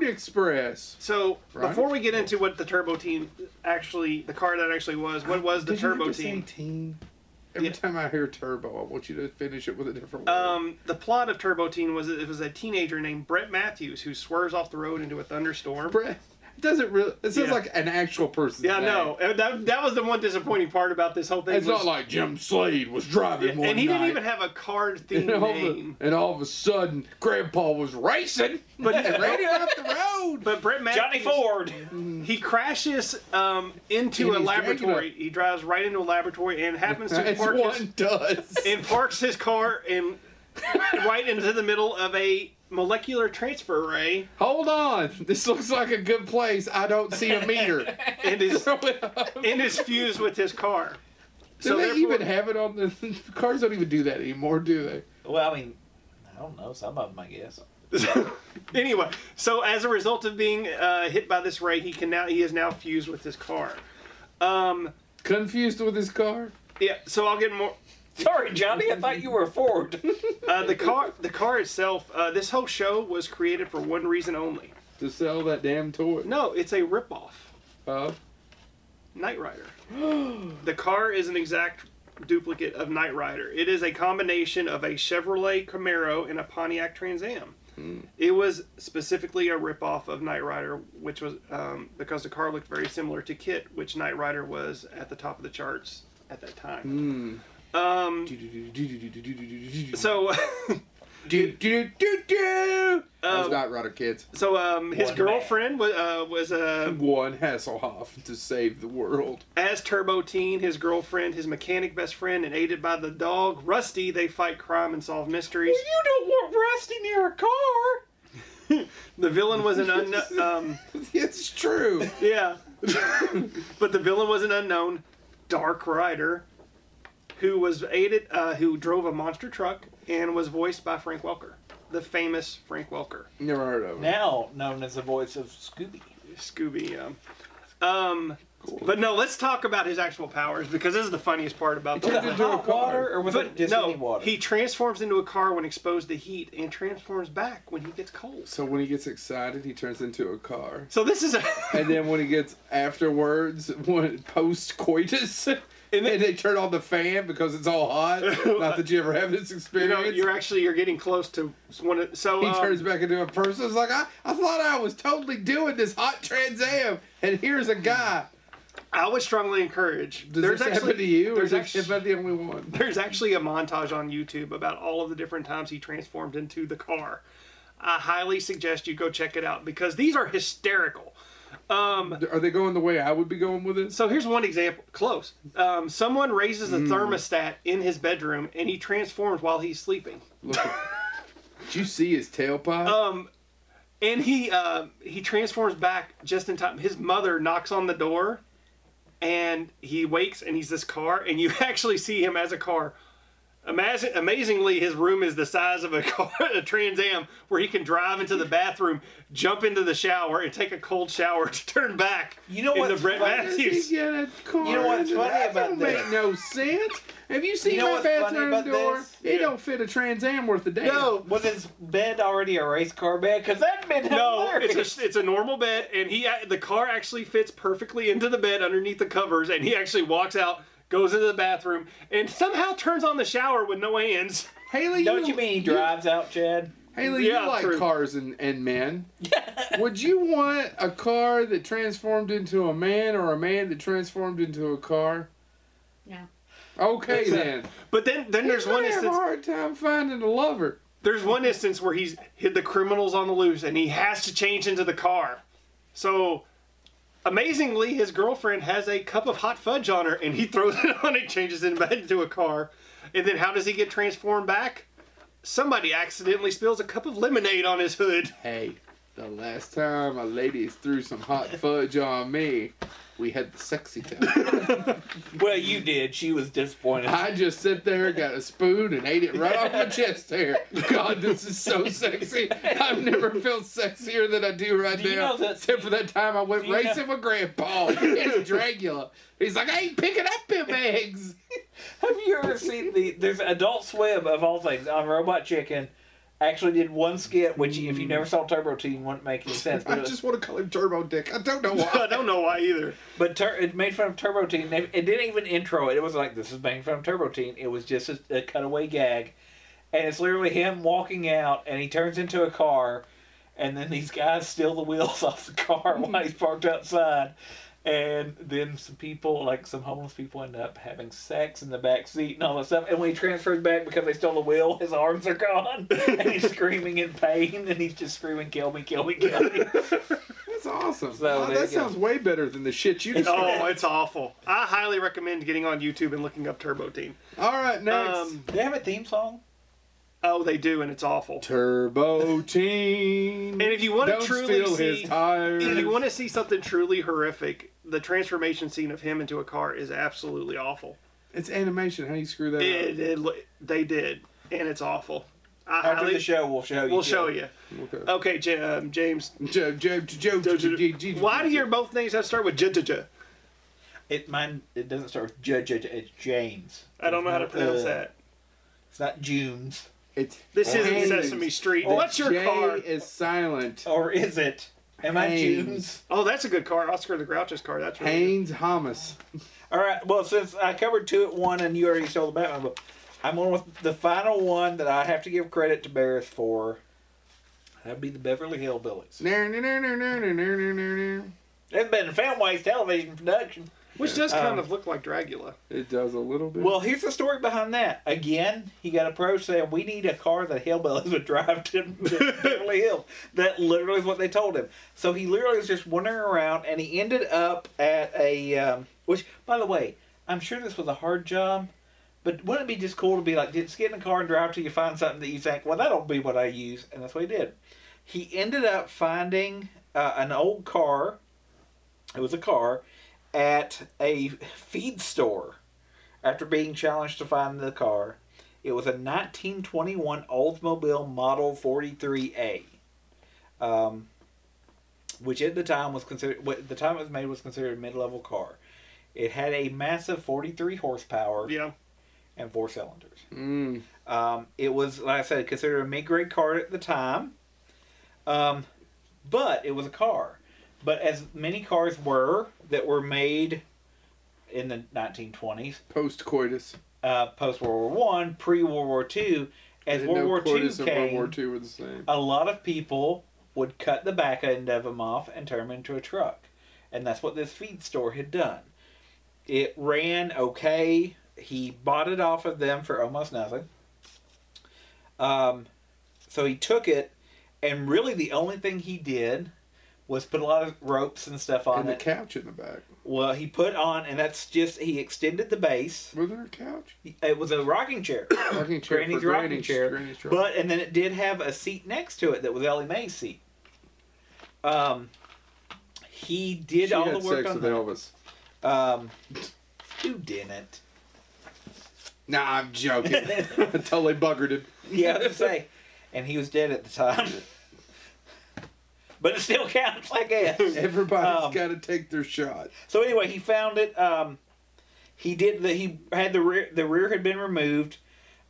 S1: Express.
S2: so
S1: Right.
S2: before we get into what the Turbo Team actually, the car that actually was, what was the
S1: Did you have
S2: Turbo
S1: to say
S2: Team?
S1: teen? Every
S2: Yeah.
S1: time I hear turbo, I want you to finish it with a different word.
S2: Um, the plot of Turbo Teen was that it was a teenager named Brett Matthews who swerves off the road into a thunderstorm.
S1: Brett. doesn't really. It sounds
S2: Yeah.
S1: like an actual person.
S2: Yeah, no, that, that was the one disappointing part about this whole thing.
S1: It's
S2: was-
S1: not like Jim Slade was driving one
S2: and he
S1: night,
S2: didn't even have a card themed
S1: and all, of a-
S2: name.
S1: and all of a sudden, Grandpa was racing, but he ran him off the road.
S2: But Brett Matthews,
S3: Johnny Ford.
S2: he crashes um, into
S1: And
S2: a
S1: he's dragging
S2: laboratory. He drives right into a laboratory and happens to
S1: As
S2: park his,
S1: one does.
S2: and parks his car and right into the middle of a molecular transfer array
S1: Hold on, this looks like a good place. I don't see a meter.
S2: and is
S1: Throw it up. Do
S2: and is fused with his car. So
S1: they
S2: therefore-
S1: even have it on the cars? Don't even do that anymore, do they?
S3: Well, I mean, I don't know. Some of them, I guess.
S2: anyway, so as a result of being uh, hit by this ray, he can now he is now fused with his car. Um,
S1: Confused with his car?
S2: yeah, so I'll get more.
S3: Sorry, Johnny. I thought you were Ford.
S2: Uh, the car, the car itself. Uh, this whole show was created for one reason only.
S1: To sell that damn toy?
S2: No, it's a ripoff.
S1: Uh,
S2: Knight Rider. the car is an exact duplicate of Knight Rider. It is a combination of a Chevrolet Camaro and a Pontiac Trans Am. It was specifically a ripoff of Knight Rider, which was um, because the car looked very similar to Kit, which Knight Rider was at the top of the charts at that time.
S1: hmm.
S2: Um, so,
S1: do Oh. do do do.
S2: Uh,
S1: That's not Rider Kids.
S2: so um, his
S3: One man.
S2: girlfriend was uh, was uh,
S1: One Hasselhoff to save the world.
S2: As Turbo Teen, his girlfriend, his mechanic best friend, and aided by the dog Rusty, they fight crime and solve mysteries.
S3: you don't want Rusty near a car.
S2: The villain was an unknown. Um,
S1: It's true.
S2: yeah, but the villain was an unknown Dark Rider, who was aided, uh, who drove a monster truck and was voiced by Frank Welker, the famous Frank Welker,
S1: Never heard of him.
S3: Now known as the voice of Scooby.
S2: Scooby. Um, um, but no, let's talk about his actual powers because this is the funniest part about
S1: Turned
S2: the
S1: into a
S3: Hot
S1: car.
S3: water, or was
S2: But
S3: it just
S2: no,
S3: any water?
S2: he transforms into a car when exposed to heat and transforms back when he gets cold.
S1: So when he gets excited, he turns into a car.
S2: So this is a
S1: And then when he gets afterwards, when post coitus, and then they turn on the fan because it's all hot. Not that you ever have this
S2: you
S1: experience.
S2: know you're actually you're getting close to one of so
S1: he
S2: um,
S1: turns back into a person. It's like I, I thought I was totally doing this hot Trans Am, and here's a guy.
S2: I would strongly encourage.
S1: Does
S2: there's
S1: this
S2: actually
S1: happen to you, or is
S2: There's
S1: it- am I
S2: actually,
S1: the only one?
S2: there's actually a montage on YouTube about all of the different times he transformed into the car. I highly suggest you go check it out because these are hysterical.
S1: Are they going the way I would be going with this?
S2: So here's one example. Close. Um, someone raises
S1: Hmm.
S2: a thermostat in his bedroom and he transforms while he's sleeping.
S1: Look, did you see his tailpipe?
S2: Um, and he uh, he transforms back just in time. His mother knocks on the door, and he wakes, and he's this car, and you actually see him as a car. Amazing, amazingly, his room is the size of a car, a Trans Am, where he can drive into the bathroom, jump into the shower, and take a cold shower to turn back.
S3: You know
S2: in
S3: what's
S2: the Brett
S3: funny?
S1: Does he
S2: Matthews.
S1: get a car?
S3: You know what's funny
S1: that
S3: about
S1: don't
S3: this?
S1: make no sense. Have you seen
S3: know
S1: my
S3: what's funny
S1: bathroom
S3: about
S1: door?
S3: this?
S1: It
S2: Yeah.
S1: don't fit a Trans Am worth a damn.
S3: No, was his bed already a race car bed? Because that'd been
S2: No,
S3: hilarious.
S2: it's a, it's a normal bed, and he the car actually fits perfectly into the bed underneath the covers, and he actually walks out, goes into the bathroom, and somehow turns on the shower with no hands.
S1: Haley,
S3: Don't you mean he drives out, Chad?
S1: Haley,
S2: Yeah,
S1: you like
S2: true.
S1: cars and, and men. Would you want a car that transformed into a man or a man that transformed into a car?
S4: No.
S1: Okay then.
S2: But then then there's
S1: You're
S2: one
S1: gonna have
S2: instance
S1: a hard time finding a lover.
S2: there's one instance where he's hid the criminals on the loose, and he has to change into the car. So. Amazingly, his girlfriend has a cup of hot fudge on her, and he throws it on and changes it back into a car. And then, how does he get transformed back? Somebody accidentally spills a cup of lemonade on his hood.
S1: Hey, the last time a lady threw some hot fudge on me, we had the sexy time.
S3: Well, you did. She was disappointed.
S1: I just sit there, got a spoon, and ate it right off my chest hair. God, this is so sexy. I've never felt sexier than I do right
S3: Do you
S1: now.
S3: know that-
S1: except for that time I went
S3: Do you
S1: racing with Grandpa in Dracula. He's like, I ain't picking up them eggs.
S3: Have you ever seen the there's Adult Swim of all things on Robot Chicken? Actually, did one skit which if you never saw Turbo Teen wouldn't make any sense. But,
S1: I
S3: it was-
S1: just want to call him Turbo Dick. I don't know
S2: I
S1: why.
S2: don't know why either.
S3: but tur- it made fun of Turbo Teen. They- It didn't even intro it. It was like this is making fun of Turbo Teen. It was just a, a cutaway gag, and it's literally him walking out, and he turns into a car. and then these guys steal the wheels off the car
S2: Hmm.
S3: while he's parked outside. And then some people, like some homeless people, end up having sex in the back seat and all that stuff. And when he transfers back because they stole the wheel, his arms are gone, and he's screaming in pain, and he's just screaming, "Kill me, kill me, kill me!"
S1: That's awesome.
S3: So,
S1: Wow,
S3: there
S1: that
S3: you go.
S1: sounds way better than the shit you just.
S2: Oh, it's awful. I highly recommend getting on YouTube and looking up Turbo Team.
S1: All right, next.
S2: Um,
S3: Do they have a theme song?
S2: oh, they do, and it's awful.
S1: Turbo Team.
S2: And if you want to
S1: Don't
S2: truly
S1: steal
S2: see,
S1: his tires.
S2: if you want to see something truly horrific, the transformation scene of him into a car is absolutely awful.
S1: it's animation. How do you screw that
S2: It, it, they did, and it's awful. I
S3: After
S2: highly,
S3: the show, we'll show you.
S2: we'll show you.
S1: up? Okay.
S2: Okay, J- um, James.
S1: Joe, Joe, Joe, Joe, Joe, Joe, Joe.
S2: Why do your both names have to start with J? J- J?
S3: It mine. It doesn't start with J. J. J. It's James.
S2: I don't know how to
S3: Uh,
S2: pronounce that.
S3: It's not June's.
S1: It's
S2: This
S1: Hayes.
S2: isn't Sesame Street.
S1: The
S2: What's your
S1: J
S2: car?
S1: is silent.
S3: Or is it? Am I
S1: Haynes.
S3: June's?
S2: Oh, that's a good car. Oscar the Grouch's car. That's really good.
S1: Haynes Hamas.
S3: All right. Well, since I covered two at one, and you already stole the Batman book, I'm on with the final one that I have to give credit to Barris for. That'd be the Beverly Hillbillies.
S1: Nar, nar, nar, nar, nar, nar, nar, nar, nar.
S3: It's been a Fanways television production.
S2: Which does kind
S3: Um,
S2: of look like Dracula.
S1: It does a little bit.
S3: Well, here's the story behind that. Again, he got approached saying, "We need a car that hillbillies would drive to to Beverly Hill." That literally is what they told him. So he literally was just wandering around, and he ended up at a. Um, which, by the way, I'm sure this was a hard job, but wouldn't it be just cool to be like, just get in a car and drive till you find something that you think, well, that'll be what I use, and that's what he did. He ended up finding uh, an old car. It was a car at a feed store after being challenged to find the car. It was a 1921 Oldsmobile Model 43A, um, which at the time was considered what- at the time it was made was considered a mid-level car. It had a massive 43 horsepower
S2: Yeah.
S3: and four cylinders.
S1: Mm.
S3: Um, it was, like I said, considered a mid-grade car at the time, um, but it was a car. But as many cars were that were made in the 1920s,
S1: Post coitus.
S3: uh, post World War One, pre World War Two. As World War Two
S1: coitus and World
S3: came,
S1: War Two were the same.
S3: a lot of people would cut the back end of them off and turn them into a truck, and that's what this feed store had done. It ran okay. He bought it off of them for almost nothing. Um, so he took it, and really the only thing he did was put a lot of ropes and stuff on
S1: And the
S3: it.
S1: couch in the back.
S3: well, he put on, and that's just he extended the base.
S1: Was there a couch?
S3: It was a rocking chair.
S1: Rocking chair.
S3: Granny's
S1: for
S3: rocking
S1: Granny's-
S3: chair,
S1: Granny's chair.
S3: But and then it did have a seat next to it that was Ellie Mae's seat. Um, he did
S1: she
S3: all
S1: had
S3: the work
S1: sex
S3: on
S1: with Elvis.
S3: that. Um, you didn't.
S1: Nah, I'm joking. I totally buggered him.
S3: Yeah, I was gonna say, and he was dead at the time. but it still counts, I guess.
S1: Everybody's
S3: Um,
S1: got to take their shot.
S3: So anyway, he found it. Um, he did the. He had the rear. The rear had been removed.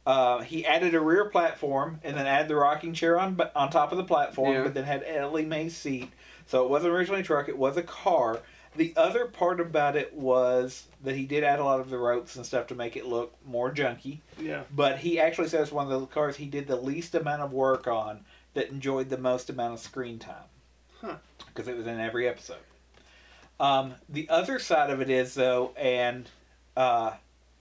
S3: Uh, he added a rear platform and then added the rocking chair on bu- on top of the platform,
S1: Yeah.
S3: but then had Ellie Mae's seat. So it wasn't originally a truck; it was a car. The other part about it was that he did add a lot of the ropes and stuff to make it look more junky.
S2: Yeah.
S3: But he actually says one of the cars he did the least amount of work on that enjoyed the most amount of screen time.
S2: Huh.
S3: Because it was in every episode. Um, the other side of it is though, and uh,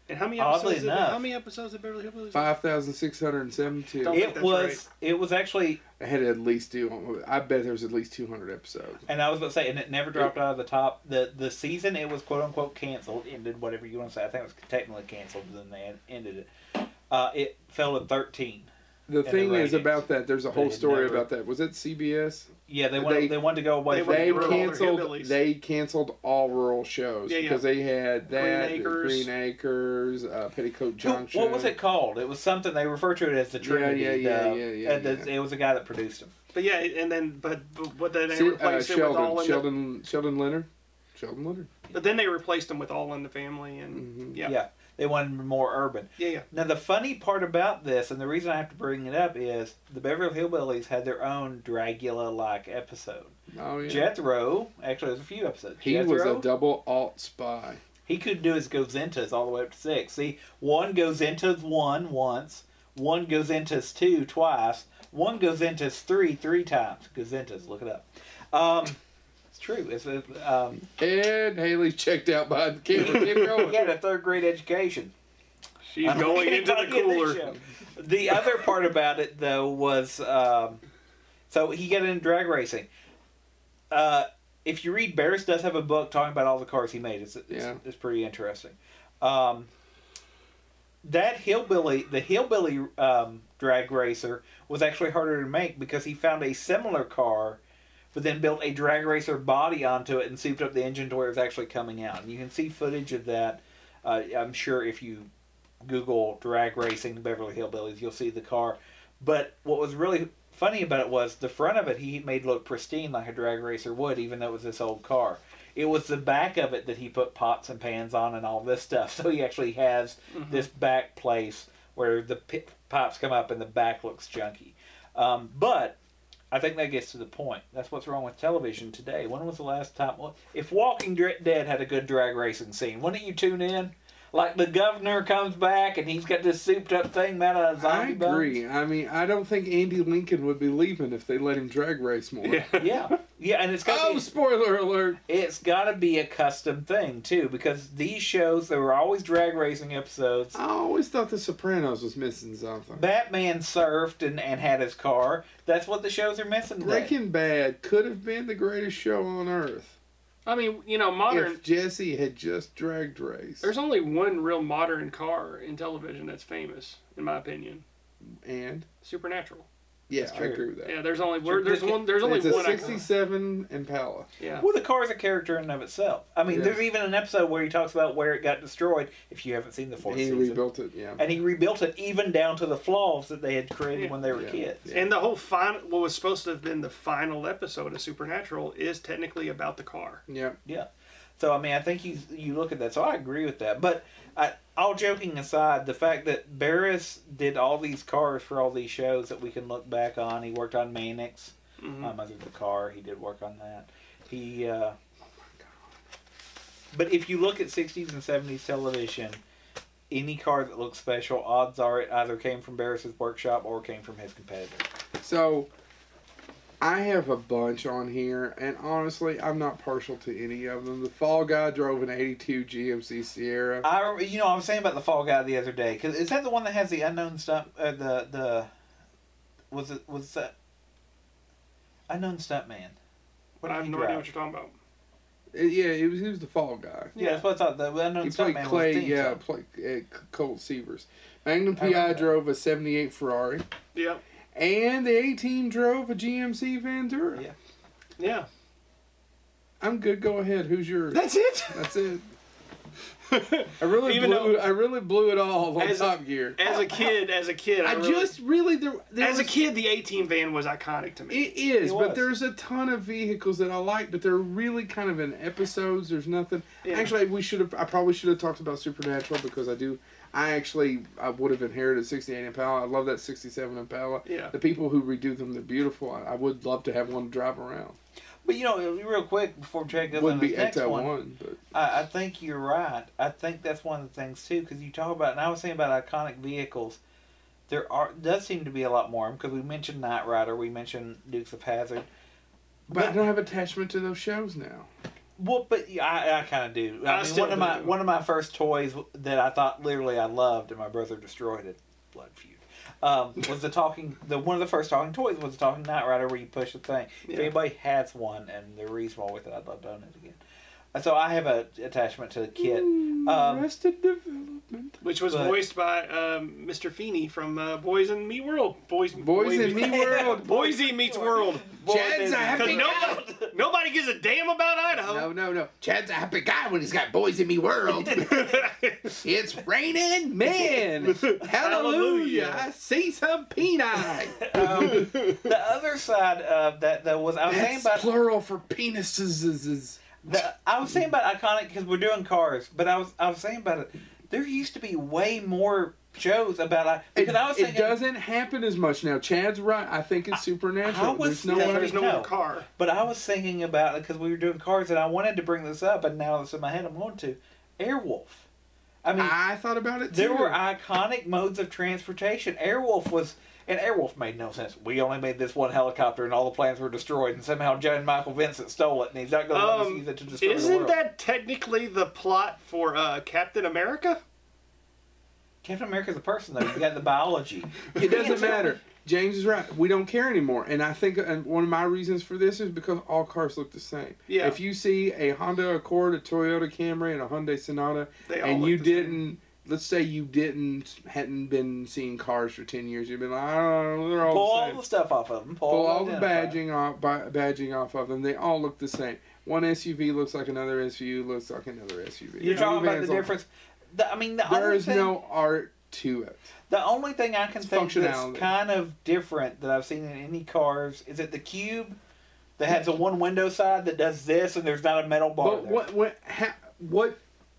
S2: And how many
S3: Oddly
S2: episodes? Did,
S3: enough.
S2: how many episodes did Beverly Hillbillies?
S1: Five thousand six hundred and seventy-two.
S2: Don't think
S3: it
S2: that's
S3: was
S2: right.
S3: it was actually,
S1: I had at least two. I bet there's at least two hundred episodes.
S3: and I was about to say, and it never dropped out of the top. the The season it was quote unquote canceled, ended whatever you want to say. I think it was technically canceled, but then they en- ended it. Uh, it fell to thirteen.
S1: The
S3: the
S1: thing is
S3: ratings.
S1: about that. There's a
S3: They
S1: whole
S3: had
S1: story
S3: never-
S1: about that. Was that CBS?
S3: Yeah, they wanted
S1: They-
S3: they, wanted to go away.
S2: they
S3: from
S2: were
S1: They
S3: the rural area.
S1: canceled.
S2: hillbillies.
S1: They canceled all rural shows
S2: Yeah, yeah.
S1: because they had that
S2: Green
S1: the
S2: Acres.
S1: Green Acres, uh, Petticoat
S3: Who-
S1: Junction.
S3: What was it called? It was something they refer to it as the
S1: Yeah,
S3: Trinity.
S1: yeah, yeah,
S3: uh,
S1: yeah, yeah,
S3: and the- It was a guy that produced them.
S2: But yeah, and then but but, but then they
S1: See, uh,
S2: replaced it with
S1: Sheldon,
S2: all in the,
S1: Sheldon, Sheldon Leonard, Sheldon Leonard.
S2: But then they replaced them with All in the Family and
S1: Mhm.
S2: yeah. yeah
S3: Yeah, they wanted more urban.
S2: yeah
S3: Now the funny part about this, and the reason I have to bring it up, is the Beverly Hillbillies had their own Dracula-like episode.
S1: Oh yeah,
S3: Jethro, actually, there's a few episodes.
S1: he
S3: Jethro,
S1: was a double alt spy.
S3: he could do his Gozentas all the way up to six. See, one Gozentas one once, One Gozentas two twice. One Gozentas three three times. Gozentas, look it up. Um, it's true. It's a, um,
S1: And Haley's checked out by the camera. Keep
S3: you
S1: going.
S3: get a third grade education.
S2: She's
S3: I'm
S2: going
S3: kidding
S2: into the
S3: about getting this
S2: cooler.
S3: show. The other part about it though was um, so he got into drag racing. Uh, if you read, Barris does have a book talking about all the cars he made. It's it's,
S1: Yeah.
S3: it's pretty interesting. Um, that hillbilly, the hillbilly um, drag racer, was actually harder to make because he found a similar car, but then built a drag racer body onto it and souped up the engine to where it was actually coming out. And you can see footage of that. Uh, I'm sure if you Google drag racing Beverly Hillbillies, you'll see the car. But what was really funny about it was the front of it he made look pristine like a drag racer would, even though it was this old car. It was the back of it that he put pots and pans on and all this stuff. So he actually has this back place where the pi pipes come up and the back looks junky. Um, but I think that gets to the point. That's what's wrong with television today. When was the last time? Well, if Walking Dr- Dead had a good drag racing scene, wouldn't you tune in? Like the governor comes back and he's got this souped up thing made out of
S1: I
S3: zombie bones.
S1: agree. I mean, I don't think Andy Lincoln would be leaving if they let him drag race more.
S2: Yeah.
S3: Yeah, yeah, and it's got
S1: Oh, spoiler alert!
S3: it's got to be a custom thing too because these shows there were always drag racing episodes.
S1: I always thought The Sopranos was missing something.
S3: Batman surfed and, and had his car. That's what the shows are missing today.
S1: Breaking Bad could have been the greatest show on earth
S2: I mean, you know, modern.
S1: if Jesse had just dragged race.
S2: There's only one real modern car in television that's famous, in my opinion.
S1: And
S2: Supernatural.
S1: yeah,
S3: That's
S1: I
S3: true.
S1: agree with that.
S2: Yeah, there's only we're, there's one there's only
S1: It's a
S2: one. I-
S1: '67 Impala.
S2: yeah,
S3: Well, the car's a character in and of itself. I mean,
S1: Yeah.
S3: there's even an episode where he talks about where it got destroyed. If you haven't seen the fourth
S1: He
S3: season,
S1: rebuilt it. Yeah.
S3: and he rebuilt it even down to the flaws that they had created
S2: Yeah.
S3: when they were
S1: Yeah.
S3: kids.
S1: Yeah.
S2: and the whole final what was supposed to have been the final episode of Supernatural is technically about the car.
S1: Yeah.
S3: So I mean, I think you you look at that. So I agree with that. But I, all joking aside, the fact that Barris did all these cars for all these shows that we can look back on. He worked on Manix,
S2: Mhm.
S3: um, other than the car. He did work on that. He. Uh, but if you look at 60s and 70s television, any car that looks special, odds are it either came from Barris's workshop or came from his competitor.
S1: So I have a bunch on here, and honestly, I'm not partial to any of them. The Fall Guy drove an '82 GMC Sierra. Uh,
S3: I, you know, I was saying about the Fall Guy the other day. Cause is that the one that has the unknown stunt? Uh, the the was it was that unknown stuntman?
S2: But
S3: did
S2: I have
S3: he
S2: no
S3: drive?
S2: idea what you're talking about.
S1: Uh, yeah, he was he was the Fall Guy.
S3: Yeah, that's what I thought. The unknown
S1: He played
S3: stuntman was
S1: Clay.
S3: his theme
S1: Yeah,
S3: song.
S1: play, uh, Colt Seavers. Magnum
S3: I remember
S1: PI
S3: that.
S1: drove a '78 Ferrari,
S2: Yeah,
S1: and the A Team drove a GMC Ventura.
S3: Yeah.
S2: yeah,
S1: I'm good. Go ahead. Who's yours?
S2: that's it.
S1: That's it. I really
S2: Even
S1: blew.
S2: though-
S1: I really blew it all on
S2: As-
S1: Top Gear.
S2: As a kid, as a kid, I,
S1: I
S2: really-
S1: just really there. there
S2: as a
S1: was- E-
S2: kid, the 18 van was iconic to me.
S1: It is,
S3: It
S1: but
S3: was.
S1: there's a ton of vehicles that I like, but they're really kind of in episodes. There's nothing.
S2: Yeah.
S1: Actually, we should have. I probably should have talked about Supernatural because I do. I actually I would have inherited '68 Impala. I love that '67 Impala.
S2: Yeah.
S1: The people who redo them, they're beautiful. I, I would love to have one to drive around.
S3: But you know, uh, real quick before Chad goes on
S1: Wouldn't
S3: to
S1: be
S3: the next
S1: Ecto
S3: one,
S1: one. but
S3: I, I think you're right. I think that's one of the things too, because you talk about, and I was saying about iconic vehicles. There are does seem to be a lot more because we mentioned Knight Rider, we mentioned Dukes of Hazard.
S1: but I don't have attachment to those shows now.
S3: Well, but yeah, I, I kind of do.
S2: I
S3: I, mean,
S2: still
S3: one of my
S2: do.
S3: one of my first toys that I thought literally I loved, and my brother destroyed it. Blood feud. Um, was the talking the one of the first talking toys was the talking Knight Rider where you push the thing. If
S2: Yeah.
S3: anybody has one and they're reasonable with it, I'd love to own it again. Uh, So I have a attachment to the kit.
S1: Mm,
S3: Um,
S1: Arrested Development.
S2: Which was
S3: But-
S2: voiced by um, Mr. Feeney from uh, Boys in Me World. Boys,
S1: Boys in Me World.
S2: Boise meets world.
S1: Chad's a happy
S2: Cause nobody, nobody gives a damn about
S1: No,
S3: Oh.
S2: Idaho.
S1: no, no. Chad's a happy guy when he's got boys in me world. It's raining men. Hallelujah.
S2: Hallelujah.
S1: I see some peni.
S3: Um, the other side of that though was I was saying
S1: That's
S3: about
S1: plural for penises.
S3: The, I was saying about iconic because we're doing cars, but I was I was saying about it. There used to be way more shows about I
S1: It,
S3: because I was
S1: it
S3: thinking
S1: doesn't happen as much now. Chad's right. I think it's supernatural.
S3: I was
S1: There's no
S3: thinking-
S1: way.
S2: There's no,
S3: No.
S2: more car.
S3: But I was thinking about it because we were doing cars, and I wanted to bring this up, and now it's in my head. I'm going to Airwolf. I mean,
S1: I thought about it too.
S3: there were iconic modes of transportation. Airwolf was, and Airwolf made no sense. We only made this one helicopter, and all the plans were destroyed, and somehow John Michael Vincent stole it, and he's not going to let us
S2: Um,
S3: use it to destroy the
S2: Isn't
S3: world.
S2: that technically the plot for uh, Captain America?
S3: Captain America's a person, though. You got the biology.
S1: It doesn't matter. James is right. We don't care anymore. And I think and one of my reasons for this is because all cars look the same.
S2: Yeah.
S1: If you see a Honda Accord, a Toyota Camry, and a Hyundai Sonata,
S2: They all
S1: and
S2: look
S1: you
S2: the same.
S1: didn't, let's say you didn't, hadn't been seeing cars for 10 years, you'd been like, oh, they're all
S3: Pull
S1: the
S3: all
S1: same.
S3: the stuff off of them. Pull,
S1: Pull all the
S3: identify.
S1: badging off, by, badging off of them. They all look the same. One SUV looks like another SUV looks like another SUV.
S3: You're talking about
S1: Minivans
S3: the
S1: all-
S3: difference. The, I mean, the
S1: There
S3: only
S1: is
S3: thing,
S1: no art to it.
S3: the only thing I can think
S1: functionality.
S3: that's kind of different that I've seen in any cars is that the cube that has a one window side that does this, and there's not a metal bar.
S1: But
S3: there.
S1: what what ha, what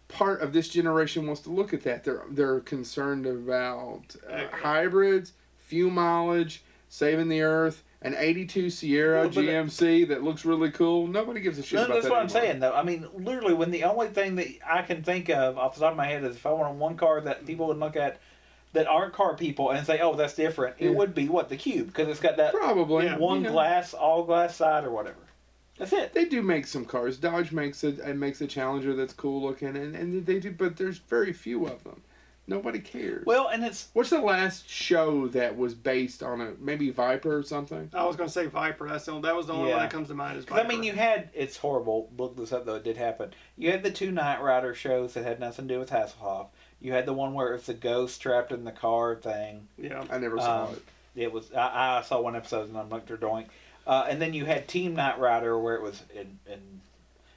S1: part of this generation wants to look at that? They're they're concerned about uh,
S2: Okay.
S1: hybrids, fuel mileage, saving the earth, an '82 Sierra
S3: Well, but- uh,
S1: GMC that looks really cool. Nobody gives a shit
S3: No,
S1: about
S3: that's
S1: that.
S3: what I'm
S1: anymore.
S3: saying, though. I mean, literally, when the only thing that I can think of off the top of my head is if I wanted one car that people would look at that aren't car people and say, "Oh, that's different,"
S1: Yeah.
S3: it would be what the cube because it's got that
S1: Probably
S2: Yeah.
S3: one
S1: yeah.
S3: glass, all glass side or whatever. That's it.
S1: They do make some cars. Dodge makes a and makes a Challenger that's cool looking, and, and they do, but there's very few of them. Nobody cares.
S3: Well, and it's
S1: What's the last show that was based on a maybe Viper or something?
S3: Oh.
S2: I was gonna say Viper. That's the, that was the only one
S3: Yeah.
S2: that comes to mind. Is
S3: Because
S2: Viper.
S3: I mean, you had it's horrible. Look this up though; it did happen. You had the two Night Rider shows that had nothing to do with Hasselhoff. You had the one where it's the ghost trapped in the car thing.
S2: yeah.
S1: I never saw
S3: Um,
S1: it.
S3: It was I, I saw one episode and I'm like, they're doing. Uh, and then you had Team Night Rider where it was in in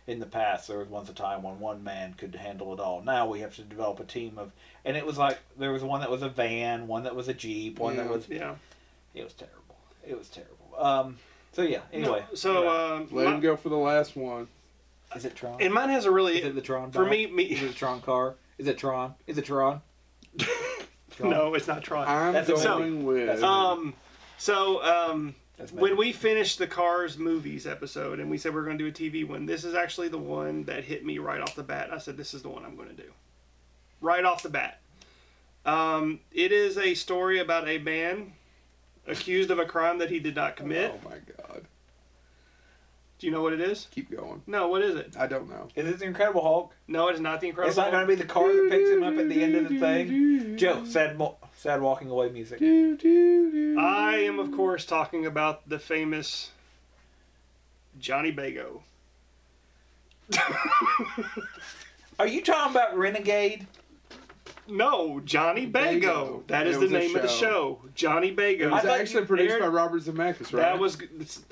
S3: in the past there was once a time when one man could handle it all. Now we have to develop a team of, and it was like there was one that was a van, one that was a jeep, one
S1: Yeah.
S3: that was
S2: Yeah.
S3: it was terrible. It was terrible. Um. So yeah. Anyway.
S2: No, so um,
S1: Let
S2: my-
S1: him go for the last one.
S3: is it Tron?
S2: and mine has a really
S3: Is it the Tron?
S2: for
S3: doll?
S2: me. Me.
S3: Is it a Tron car? Is it Tron? Is it Tron? Tron?
S2: No, it's not Tron.
S1: I'm
S3: That's a
S1: going with.
S3: movie.
S1: Oh
S3: That's a movie.
S2: Um, so um,
S3: That's
S2: when
S3: amazing.
S2: we finished the Cars movies episode and we said we are going to do a TV one, this is actually the one that hit me right off the bat. I said, this is the one I'm going to do. Right off the bat. Um, it is a story about a man accused of a crime that he did not commit.
S1: Oh my god!
S2: Do you know what it is?
S1: Keep going.
S2: No, what is it?
S1: I don't know.
S3: Is it the Incredible Hulk?
S2: No, it is not the Incredible
S3: It's not going
S2: Hulk.
S3: to be the car that picks him up at the end of the thing. Joe, sad, mo- sad walking away music.
S1: Do, do, do.
S2: I am, of course, talking about the famous Johnny Bago.
S3: Are you talking about Renegade?
S2: No, Johnny
S1: Bago.
S2: Bago. That is
S1: It
S2: the
S1: was a
S2: name of the
S1: show.
S2: show. Johnny Bago.
S1: It was
S3: I thought
S1: actually
S3: you-
S1: produced
S3: Aaron-
S1: by Robert Zemeckis, right?
S2: That was.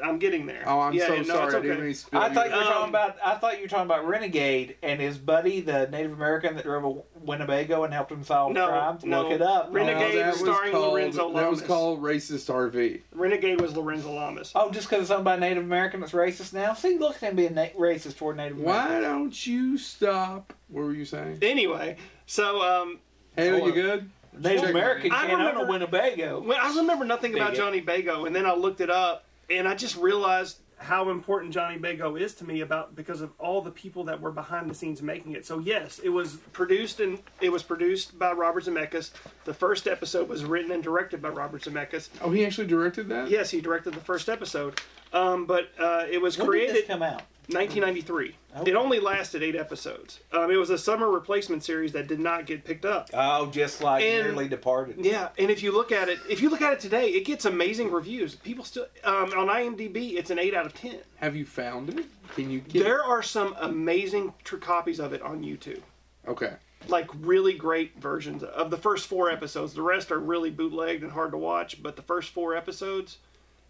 S2: I'm getting there.
S1: Oh, I'm
S2: Yeah,
S1: so
S2: no, it's
S1: sorry. I
S2: okay.
S1: didn't mean to spill
S3: I thought you
S1: your-
S3: were
S2: Um,
S3: talking about I thought you were talking about Renegade and his buddy, the Native American that drove a Winnebago and helped him solve
S2: No,
S3: crimes.
S2: no.
S3: Look it up.
S1: No,
S2: Renegade
S1: Oh, that was
S2: starring
S1: called-
S2: Lorenzo
S1: That was
S2: Lamas.
S1: called Racist RV.
S2: Renegade was Lorenzo Lamas.
S3: Oh, just because it's owned by a Native American that's racist now? See, look at him being na- racist toward Native
S1: Why
S3: Americans.
S1: don't you stop? What were you saying?
S2: Anyway, so um,
S1: Hey,
S3: Hold
S1: you
S3: on.
S1: good?
S3: Native
S1: Check-
S3: American
S2: I
S3: can't own a
S2: remember-
S3: Winnebago.
S2: when I remember nothing about
S3: Bigot.
S2: Johnny Bago, and then I looked it up, and I just realized how important Johnny Bago is to me about because of all the people that were behind the scenes making it. So yes, it was produced and it was produced by Robert Zemeckis. The first episode was written and directed by Robert Zemeckis.
S1: Oh, he actually directed that.
S2: Yes, he directed the first episode, um, but uh, it was
S3: When did
S2: created.
S3: this come out? Oh.
S2: 1993.
S3: Okay.
S2: It only lasted eight episodes. Um, it was a summer replacement series that did not get picked up.
S3: Oh, just like
S2: And-
S3: Nearly Departed.
S2: Yeah, and if you look at it, if you look at it today, it gets amazing reviews. People still um, on IMDb, it's an eight out of ten.
S1: Have you found it? Can you get?
S2: There are some amazing tr- copies of it on YouTube,
S1: it? Okay.
S2: like really great versions of the first four episodes. The rest are really bootlegged and hard to watch, but the first four episodes,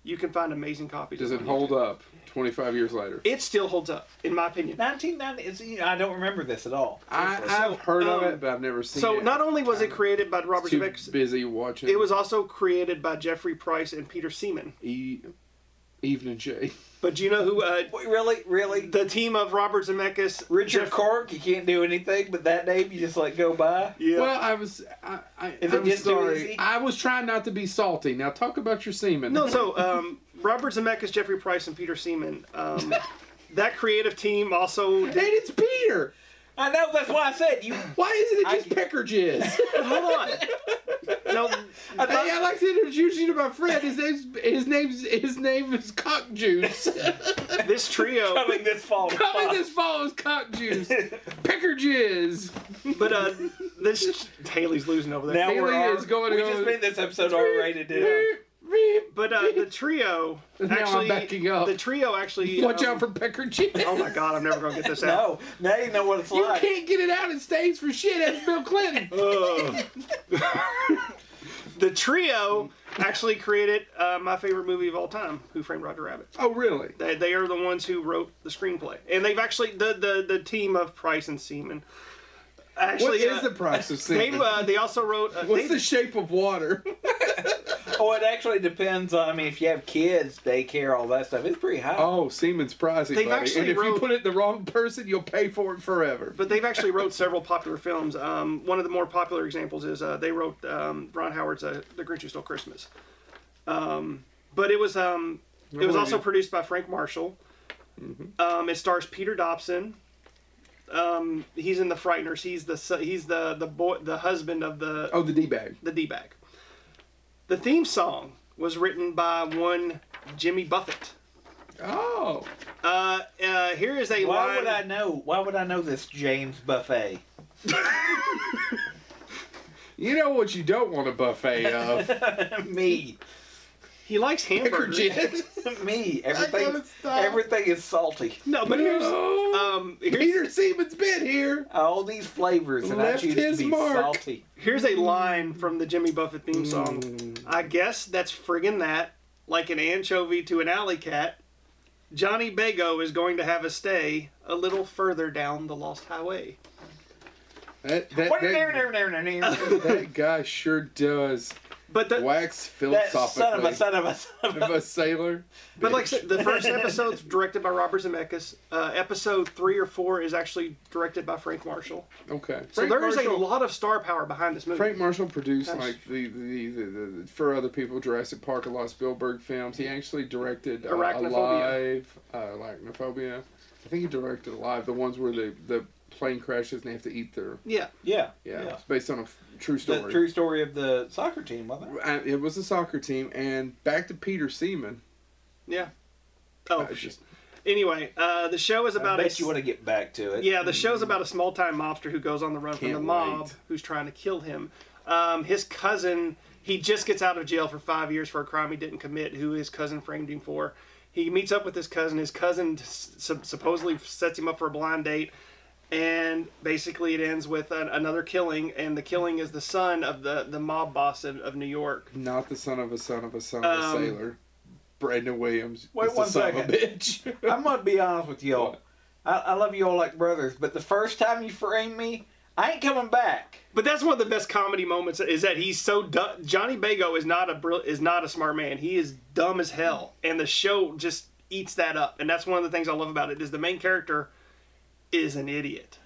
S2: you can find amazing copies.
S1: Does
S2: of
S1: it hold up 25 years later?
S2: It still holds up, in my opinion.
S3: 1990 it's, you know, I don't remember this at all.
S1: I,
S3: Seriously.
S1: I've heard of
S2: um,
S1: it, but I've never seen it.
S2: So not only was it created by Robert
S1: too
S2: Zemeckis,
S1: busy watching.
S2: It was also created by Jeffrey Price and Peter Seaman.
S1: e- Evening Shade.
S2: But do you know who? Uh,
S3: Wait, really, really,
S2: the team of Robert Zemeckis,
S3: Richard
S2: Jeff-
S3: Cork, you can't do anything but that name. You just like go by.
S2: Yeah.
S1: Well, I was. I, I,
S3: Is it
S1: I'm
S3: just too
S1: sorry.
S3: easy?
S1: I was trying not to be salty. Now talk about your semen.
S2: no, so um, Robert Zemeckis, Jeffrey Price, and Peter Seaman. Um, that creative team also
S1: and
S2: did,
S1: it's Peter.
S3: I know that's why I said you.
S1: Why isn't it
S3: I-
S1: just pecker jizz?
S2: Hold on. No, I thought-
S1: Hey, I'd like to introduce you to my friend. His name's his name's his name is Cock Juice.
S2: this trio.
S3: Coming this fall.
S1: Coming this fall is Cock Juice. Pecker Jizz.
S2: But uh, this Haley's losing over there.
S3: Now
S1: Haley
S3: we're R-
S1: is going to
S3: We
S1: go-
S3: just made this episode R-rated. didn't we?
S2: but uh, the trio
S1: Now I'm
S2: actually.
S1: backing up.
S2: The trio actually.
S1: Watch
S2: um,
S1: out for Pecker Jizz.
S2: Oh my God! I'm never gonna get this out.
S3: No, now you know what it's
S1: You
S3: like.
S1: can't get it out in states for shit. That's Bill Clinton.
S2: Uh, Ugh. the trio actually created uh, my favorite movie of all time, Who Framed Roger Rabbit.
S1: Oh really?
S2: They, they are the ones who wrote the screenplay, and they've actually the the, the team of Price and Seaman.
S1: What
S2: Actually,
S1: is
S2: uh,
S1: the price of
S2: they
S1: sin?
S2: uh, they also wrote. Uh,
S1: What's
S2: they-
S1: the shape of water?
S3: Oh, it actually depends on. I mean, if you have kids, daycare, all that stuff, it's pretty high.
S1: Oh, Siemens pricey,
S2: They've
S1: buddy.
S2: actually
S1: And if you
S2: wrote-
S1: put it in the wrong person, you'll pay for it forever.
S2: but they've actually wrote several popular films. Um, one of the more popular examples is uh, they wrote um, Ron Howard's uh, "The Grinch Who Stole Christmas," um, but it was um, it was
S1: Remember
S2: also
S1: you-
S2: produced by Frank Marshall.
S1: Mm-hmm.
S2: Um, it stars Peter Dobson. Um, he's in The Frighteners. He's the so- he's the the boy the husband of the
S1: Oh, the d bag.
S2: the D bag. The theme song was written by one Jimmy Buffett.
S1: Oh,
S2: Uh, uh, here is a
S3: Why
S2: line.
S3: would I know? Why would I know this James Buffet?
S1: you know what you don't want a buffet of?
S3: Me,
S2: He likes
S1: Pecker
S2: hamburgers.
S1: Jizz.
S3: me.
S1: I
S3: Everything,
S1: gotta stop.
S3: everything is salty.
S2: No, but here's
S1: No.
S3: uh,
S2: um here's
S1: Peter Siemens been here.
S3: All these flavors, and
S1: Left
S3: I choose to
S1: his
S3: be
S1: mark.
S3: salty.
S2: here's a line from the Jimmy Buffett theme song.
S3: Mm.
S2: I guess that's friggin' that like an anchovy to an alley cat. Johnny Bago is going to have a stay a little further down the lost highway.
S1: That that, that, that guy sure does
S2: But the
S1: wax
S3: That
S1: philosophically.
S3: son of a son of a son of a.
S1: of a sailor.
S2: But like I said, the first episode's directed by Robert Zemeckis. Uh, episode three or four is actually directed by Frank Marshall.
S1: Okay.
S2: So there is
S1: Marshall,
S2: a lot of star power behind this movie.
S1: Frank Marshall produced
S2: Gosh.
S1: like the the, the, the, the for other people Jurassic Park, a lot of Spielberg films. He actually directed uh,
S2: Arachnophobia.
S1: Alive, uh, Arachnophobia. I think he directed Alive, the ones where the the plane crashes and they have to eat their
S2: yeah,
S3: Yeah,
S1: yeah.
S3: yeah.
S1: It's based on a f- true story.
S3: The true story of the soccer team, wasn't it?
S1: Uh, it was a soccer team, and back to Peter Seaman.
S2: yeah. Oh,
S1: I just-
S2: anyway, uh, the show is about
S3: I
S2: a
S3: bet you want to get back to it.
S2: yeah. The show's about a small time mobster who goes on the run from
S1: Can't
S2: the mob
S1: wait.
S2: who's trying to kill him. Um, his cousin, he just gets out of jail for five years for a crime he didn't commit, who his cousin framed him for. He meets up with his cousin. His cousin s- sup- supposedly sets him up for a blind date. and basically it ends with an, another killing and the killing is the son of the, the mob boss in, of new york
S1: Not the son of a son of a son of
S2: Um,
S1: a sailor. Brandon Williams.
S3: Wait
S1: is the
S3: one
S1: son Of a
S3: second.
S1: bitch.
S3: I'm gonna be honest with y'all. I, I love you all like brothers, but the first time you frame me, I ain't coming back.
S2: but that's one of the best comedy moments is that he's so dumb johnny bago is not a brill- is not a smart man he is dumb as hell and the show just eats that up and that's one of the things i love about it is the main character is an idiot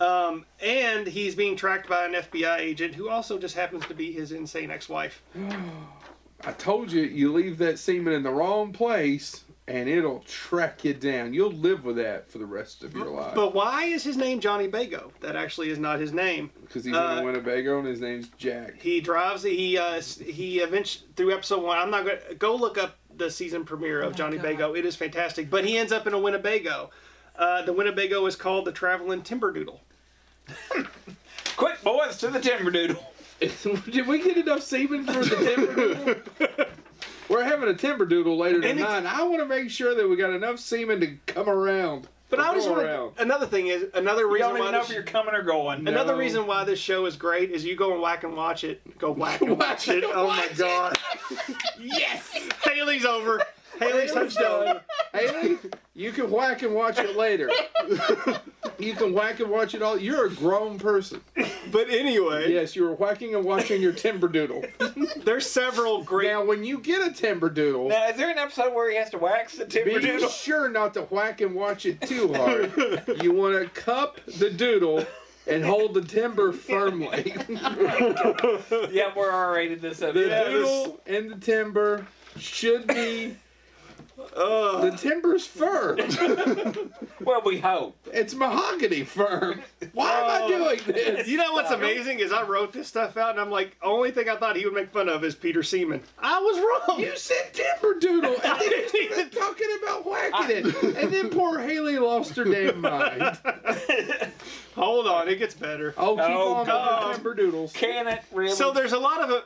S2: um, and he's being tracked by an fbi agent who also just happens to be his insane ex-wife
S1: I told you, you leave that semen in the wrong place, and it'll track you down. You'll live with that for the rest of your life.
S2: but why is his name johnny bago that actually is not his name
S1: Because he's
S2: uh,
S1: in Winnebago, and his name's Jack.
S2: He drives. He uh, he eventually through episode one. I'm not gonna go look up the season premiere of Johnny Bago. It is fantastic. But he ends up in a Winnebago. Uh, the Winnebago is called the Traveling Timberdoodle.
S3: Quick, boys, to the Timberdoodle.
S1: Did we get enough semen for the timberdoodle? We're having a timberdoodle later
S2: And it's-
S1: tonight. and I want to make sure that we got enough semen to come around.
S2: But
S1: or
S2: I just
S1: go
S2: want to.
S1: around.
S2: Another thing is another
S3: You
S2: reason
S3: don't even
S2: why
S3: know
S2: this-
S3: if you're coming or going.
S1: No.
S2: another reason why this show is great is you go and whack and watch it. Go whack and
S1: Whack
S2: watch
S1: and
S2: it. Oh my
S1: watch it.
S2: god.
S3: Yes.
S2: Haley's over. Haley's touchdown.
S1: Haley, you can whack and watch it later. you can whack and watch it all. You're a grown person.
S2: But anyway,
S1: Yes, you were whacking and watching your timberdoodle.
S2: there's several great.
S1: Now, when you get a timberdoodle,
S3: Now, is there an episode where he has to wax the
S1: be
S3: Timberdoodle?
S1: sure not to whack and watch it too hard. you want to cup the doodle and hold the timber firmly.
S3: yeah, we're R-rated this
S1: The
S3: episode.
S1: doodle and the timber should be The timber's fir.
S3: Well, we hope.
S1: It's mahogany fir. Why am
S2: Oh.
S1: I doing this?
S2: You know what's amazing is I wrote this stuff out, and I'm like, only thing I thought he would make fun of is Peter Seaman. I was wrong.
S1: You said Timberdoodle, and then you started talking about whacking it, and then poor Haley lost her damn mind.
S2: Hold on, it gets better.
S1: Oh, keep
S3: Oh,
S1: on
S3: God.
S1: with the Timberdoodles.
S3: Can it really?
S2: So there's a lot of uh,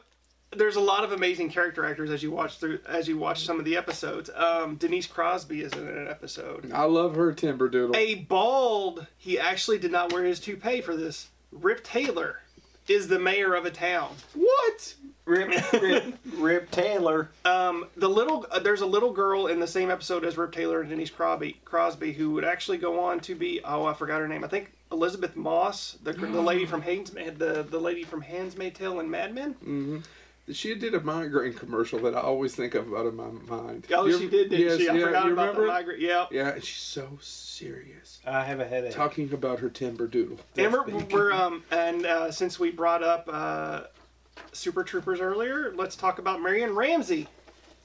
S2: there's a lot of amazing character actors as you watch through as you watch some of the episodes. Um, Denise Crosby is in an episode.
S1: I love her Timberdoodle.
S2: A bald. He actually did not wear his toupee for this. Rip Taylor is the mayor of a town.
S1: What?
S3: Rip, Rip, Rip Taylor.
S2: Um, the little uh, there's a little girl in the same episode as Rip Taylor and Denise Crosby, Crosby who would actually go on to be oh I forgot her name I think Elizabeth Moss the, gr- the lady from Hands the the lady from Handmaid's Tale and Mad Men
S1: She did a migraine commercial that I always think of out of my mind.
S2: oh
S1: You-
S2: she did didn't
S1: yes,
S2: she I
S1: yeah,
S2: forgot
S1: you
S2: about
S1: remember
S2: the
S1: it?
S2: migrant yeah
S1: Yeah, and she's so serious.
S3: I have a headache.
S1: Talking about her Timberdoodle.
S2: and we're, we're um and uh, since we brought up uh, Super Troopers earlier let's talk about Marion Ramsey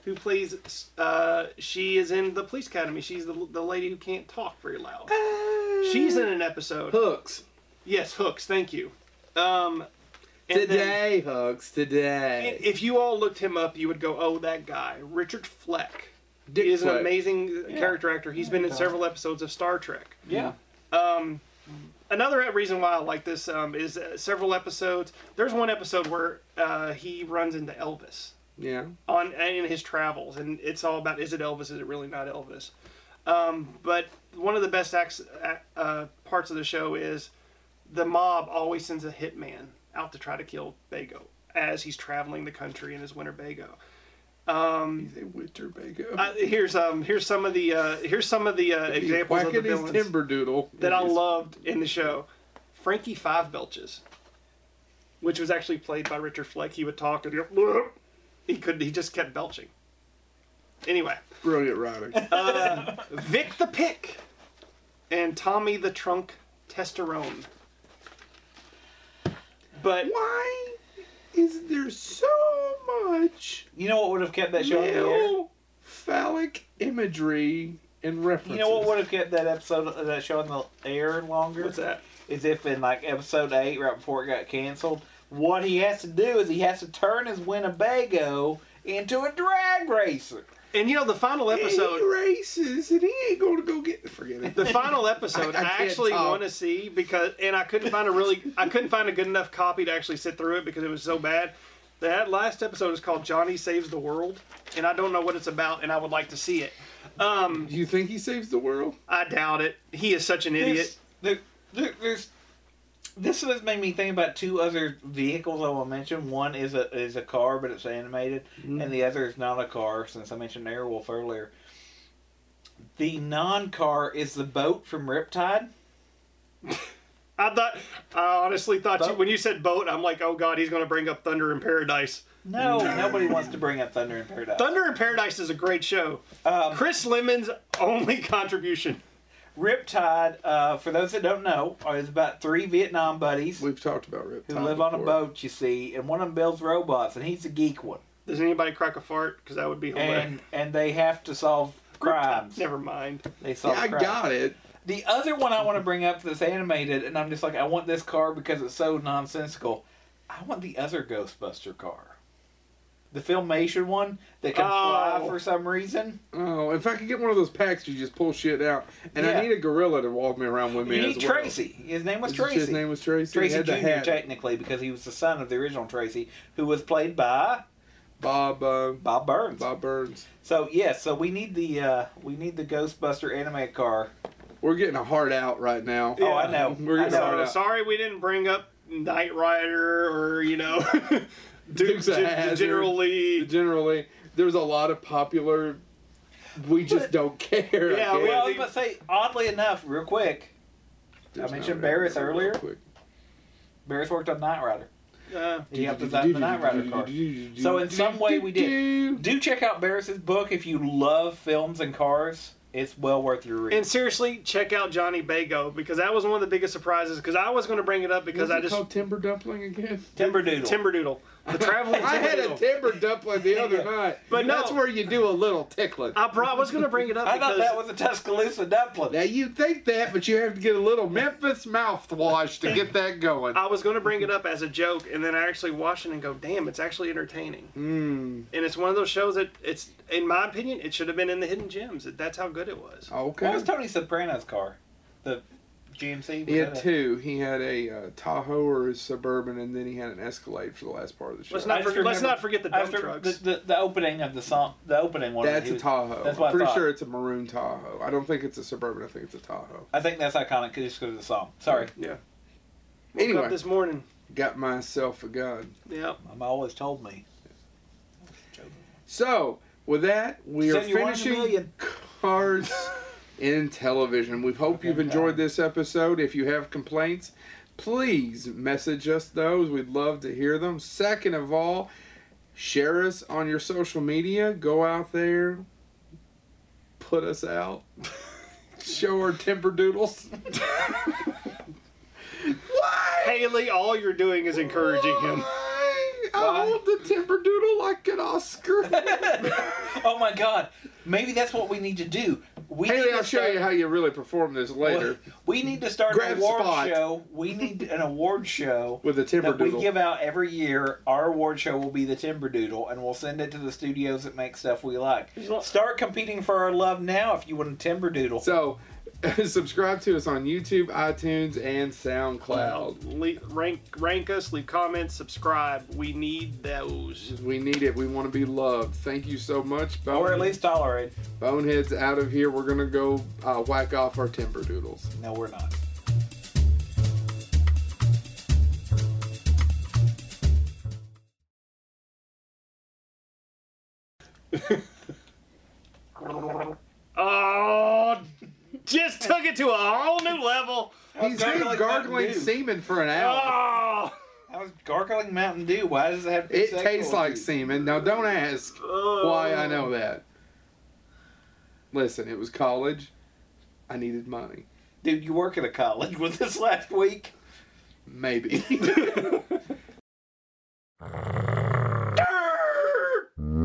S2: who plays uh, she is in the police academy she's the, the lady who can't talk very loud she's in an episode
S1: Hooks.
S2: Yes, hooks. Thank you. Um, and then-
S1: Today, Hooks, today.
S2: if you all looked him up, you would go, "Oh, that guy, Richard Fleck."
S1: Dick
S2: is an
S1: Fleck.
S2: amazing
S3: Yeah.
S2: character actor. He's been in several episodes of Star Trek.
S3: Yeah.
S2: Um, another reason why I like this um, is uh, several episodes. There's one episode where uh, he runs into Elvis
S1: Yeah.
S2: on in his travels, and it's all about is it Elvis? Is it really not Elvis? Um, but one of the best acts, uh, parts of the show is the mob always sends a hitman out to try to kill Bago as he's traveling the country in his Winnebago. Um,
S1: He's a winter bagel.
S2: I, here's um, here's some of the uh, here's some of the uh, examples of the
S1: Whacking his
S2: villains
S1: Timberdoodle.
S2: that I
S1: Yes.
S2: loved in the show. Frankie Five Belches, which was actually played by Richard Fleck. He would talk and go, he could he just kept belching. Anyway,
S1: Brilliant writing.
S2: Vic the Pick and Tommy the Trunk Testosterone. But
S1: Why is there so much
S3: You know what would have kept that show on the air?
S1: male phallic imagery and references?
S3: You know what would have kept that episode, uh, that show on the air longer?
S2: what's that?
S3: Is if in like episode eight, right before it got canceled, what he has to do is he has to turn his Winnebago into a drag racer.
S2: And you know the final
S1: He
S2: episode.
S1: races and he ain't gonna go get. Forget it.
S2: The final episode
S1: I-
S2: I,
S1: I can't
S2: actually
S1: talk.
S2: want to see because and I couldn't find a really I couldn't find a good enough copy to actually sit through it because it was so bad. That last episode is called Johnny Saves the World, and I don't know what it's about, and I would like to see it. Um,
S1: Do you think he saves the world?
S2: I doubt it. He is such an idiot.
S3: There's, there, there- there's, this has made me think about two other vehicles I will mention. One is a is a car, but it's animated,
S2: Mm-hmm.
S3: and the other is not a car. Since I mentioned Airwolf earlier, the non-car is the boat from Riptide.
S2: I thought, I honestly thought you,
S3: Boat?
S2: when you said boat, I'm like, oh god, he's going to bring up Thunder in Paradise.
S3: No, nobody wants to bring up Thunder in Paradise.
S2: Mm-hmm. Thunder in Paradise is a great show.
S3: Um,
S2: Chris Lemon's only contribution.
S3: Riptide, uh, for those that don't know, is about three Vietnam buddies
S1: We've talked about Rip.
S3: who live on a boat, you see, and one of them builds robots, and he's a geek one.
S2: Does anybody crack a fart? Because that would be hilarious.
S3: And and they have to solve crimes.
S2: Never mind.
S3: They solve
S1: Yeah, I
S3: crimes.
S1: got it.
S3: The other one I want to bring up that's animated, and I'm just like, I want this car because it's so nonsensical. I want the other Ghostbuster car. The Filmation one that can fly
S2: Oh.
S3: for some reason.
S1: Oh, if I could get one of those packs, you just pull shit out. And
S3: Yeah.
S1: I need a gorilla to walk me around with me
S3: you
S1: as
S3: need
S1: well.
S3: Tracy. His name was
S1: Is this-
S3: Tracy.
S1: His name was Tracy. He
S3: Tracy
S1: had
S3: Jr.
S1: the hat.
S3: technically because he was the son of the original Tracy, who was played by
S1: Bob. Uh,
S3: Bob Burns.
S1: Bob Burns.
S3: So yes, so we need the uh, we need the Ghostbuster anime car.
S1: We're getting a hard out right now.
S3: Oh, I know.
S1: We're
S3: I
S1: gonna
S3: know.
S1: start
S2: So,
S1: out.
S2: sorry we didn't bring up Knight Rider or, you know, Duke
S1: Dukes of Hazzard.
S2: generally.
S1: generally there's a lot of popular we just don't care I
S2: Yeah,
S1: guess.
S3: Well, I was about to say, oddly enough, real quick,
S1: There's
S3: I
S1: no
S3: mentioned
S1: way
S3: Barris
S1: to go
S3: earlier.
S1: real quick.
S3: Barris worked on Knight Rider.
S2: Uh,
S3: He helped design the Knight Rider car. So in some way we did. Do check out Barris's book if you love films and cars. It's well worth your read.
S2: and seriously, check out Johnny Bago because that was one of the biggest surprises. Because I was going to bring it up
S1: Is
S2: because
S1: it
S2: I just
S1: called timber dumpling again
S3: Timberdoodle.
S2: Timberdoodle. The traveling.
S1: I had a
S2: Willie.
S1: timber dumpling the other night.
S2: But no.
S1: that's where you do a little tickling.
S2: I brought. I was gonna bring it up
S3: I thought
S2: because
S3: that was a Tuscaloosa dumpling.
S1: Now you think that, but you have to get a little Memphis mouthwash to get that going.
S2: I was gonna bring it up as a joke, and then I actually watched it and go, "Damn, it's actually entertaining."
S1: Mm,
S2: And it's one of those shows that it's, in my opinion, it should have been in the Hidden Gems. That's how good it was.
S1: okay.
S3: What was Tony Soprano's car? The GMC? Was
S1: He had
S3: that a-
S1: two. He had a uh, Tahoe or a Suburban, and then he had an Escalade for the last part of the show.
S2: Let's not
S3: I just
S2: forget. Let's
S3: remember-
S2: not forget the
S3: I
S2: dump
S3: remember
S2: trucks.
S3: The, the, the opening of the song, the opening one.
S1: that's
S3: he
S1: a
S3: was-
S1: Tahoe.
S3: that's what I
S1: I'm pretty
S3: thought.
S1: sure it's a maroon Tahoe. I don't think it's a Suburban. I think it's a Tahoe.
S3: I think that's iconic just because of the song. Sorry,
S1: Yeah.
S2: Woke up
S1: Anyway,
S2: this morning.
S1: got myself a gun.
S2: Yep.
S3: Mama always told me.
S1: So with that, we are
S3: Said you wanted a
S1: finishing
S3: million.
S1: cars in television. We hope you've enjoyed this episode. If you have complaints, please message us those. We'd love to hear them. Second of all, share us on your social media. Go out there, put us out, show our temper doodles. Why?
S2: Haley, all you're doing is encouraging him.
S1: Why? I
S3: Why?
S1: hold the temper doodle like an Oscar.
S3: oh my God, maybe that's what we need to do. We
S1: Haley,
S3: need to
S1: I'll show
S3: start-
S1: you how you really perform this later
S3: We need to start
S1: Grab
S3: an award
S1: spot.
S3: show. We need an award show
S1: with the
S3: that we
S1: Timberdoodle.
S3: give out every year. Our award show will be the Timberdoodle, and we'll send it to the studios that make stuff we like. Start competing for our love now if you want a Timberdoodle.
S1: so, subscribe to us on YouTube, iTunes, and SoundCloud.
S2: Le- rank, rank us, leave comments, subscribe. We need those.
S1: We need it. We want to be loved. Thank you so much. Bone-
S3: or at least tolerate.
S1: Boneheads out of here. We're going to go uh, whack off our Timberdoodles.
S3: No, we're not.
S2: Oh, just took it to a whole new level.
S1: He's
S3: gargling
S1: been gargling
S3: Mountain Dew.
S1: semen for an
S3: Ah,
S1: hour.
S2: Oh,
S3: I was gargling Mountain Dew. Why does it have to be
S1: it
S3: sexual?
S1: tastes like semen. Now, don't ask why I
S3: Oh.
S1: know that. Listen, it was college. I needed money.
S3: Dude, you work at a college with this last week.
S1: Maybe.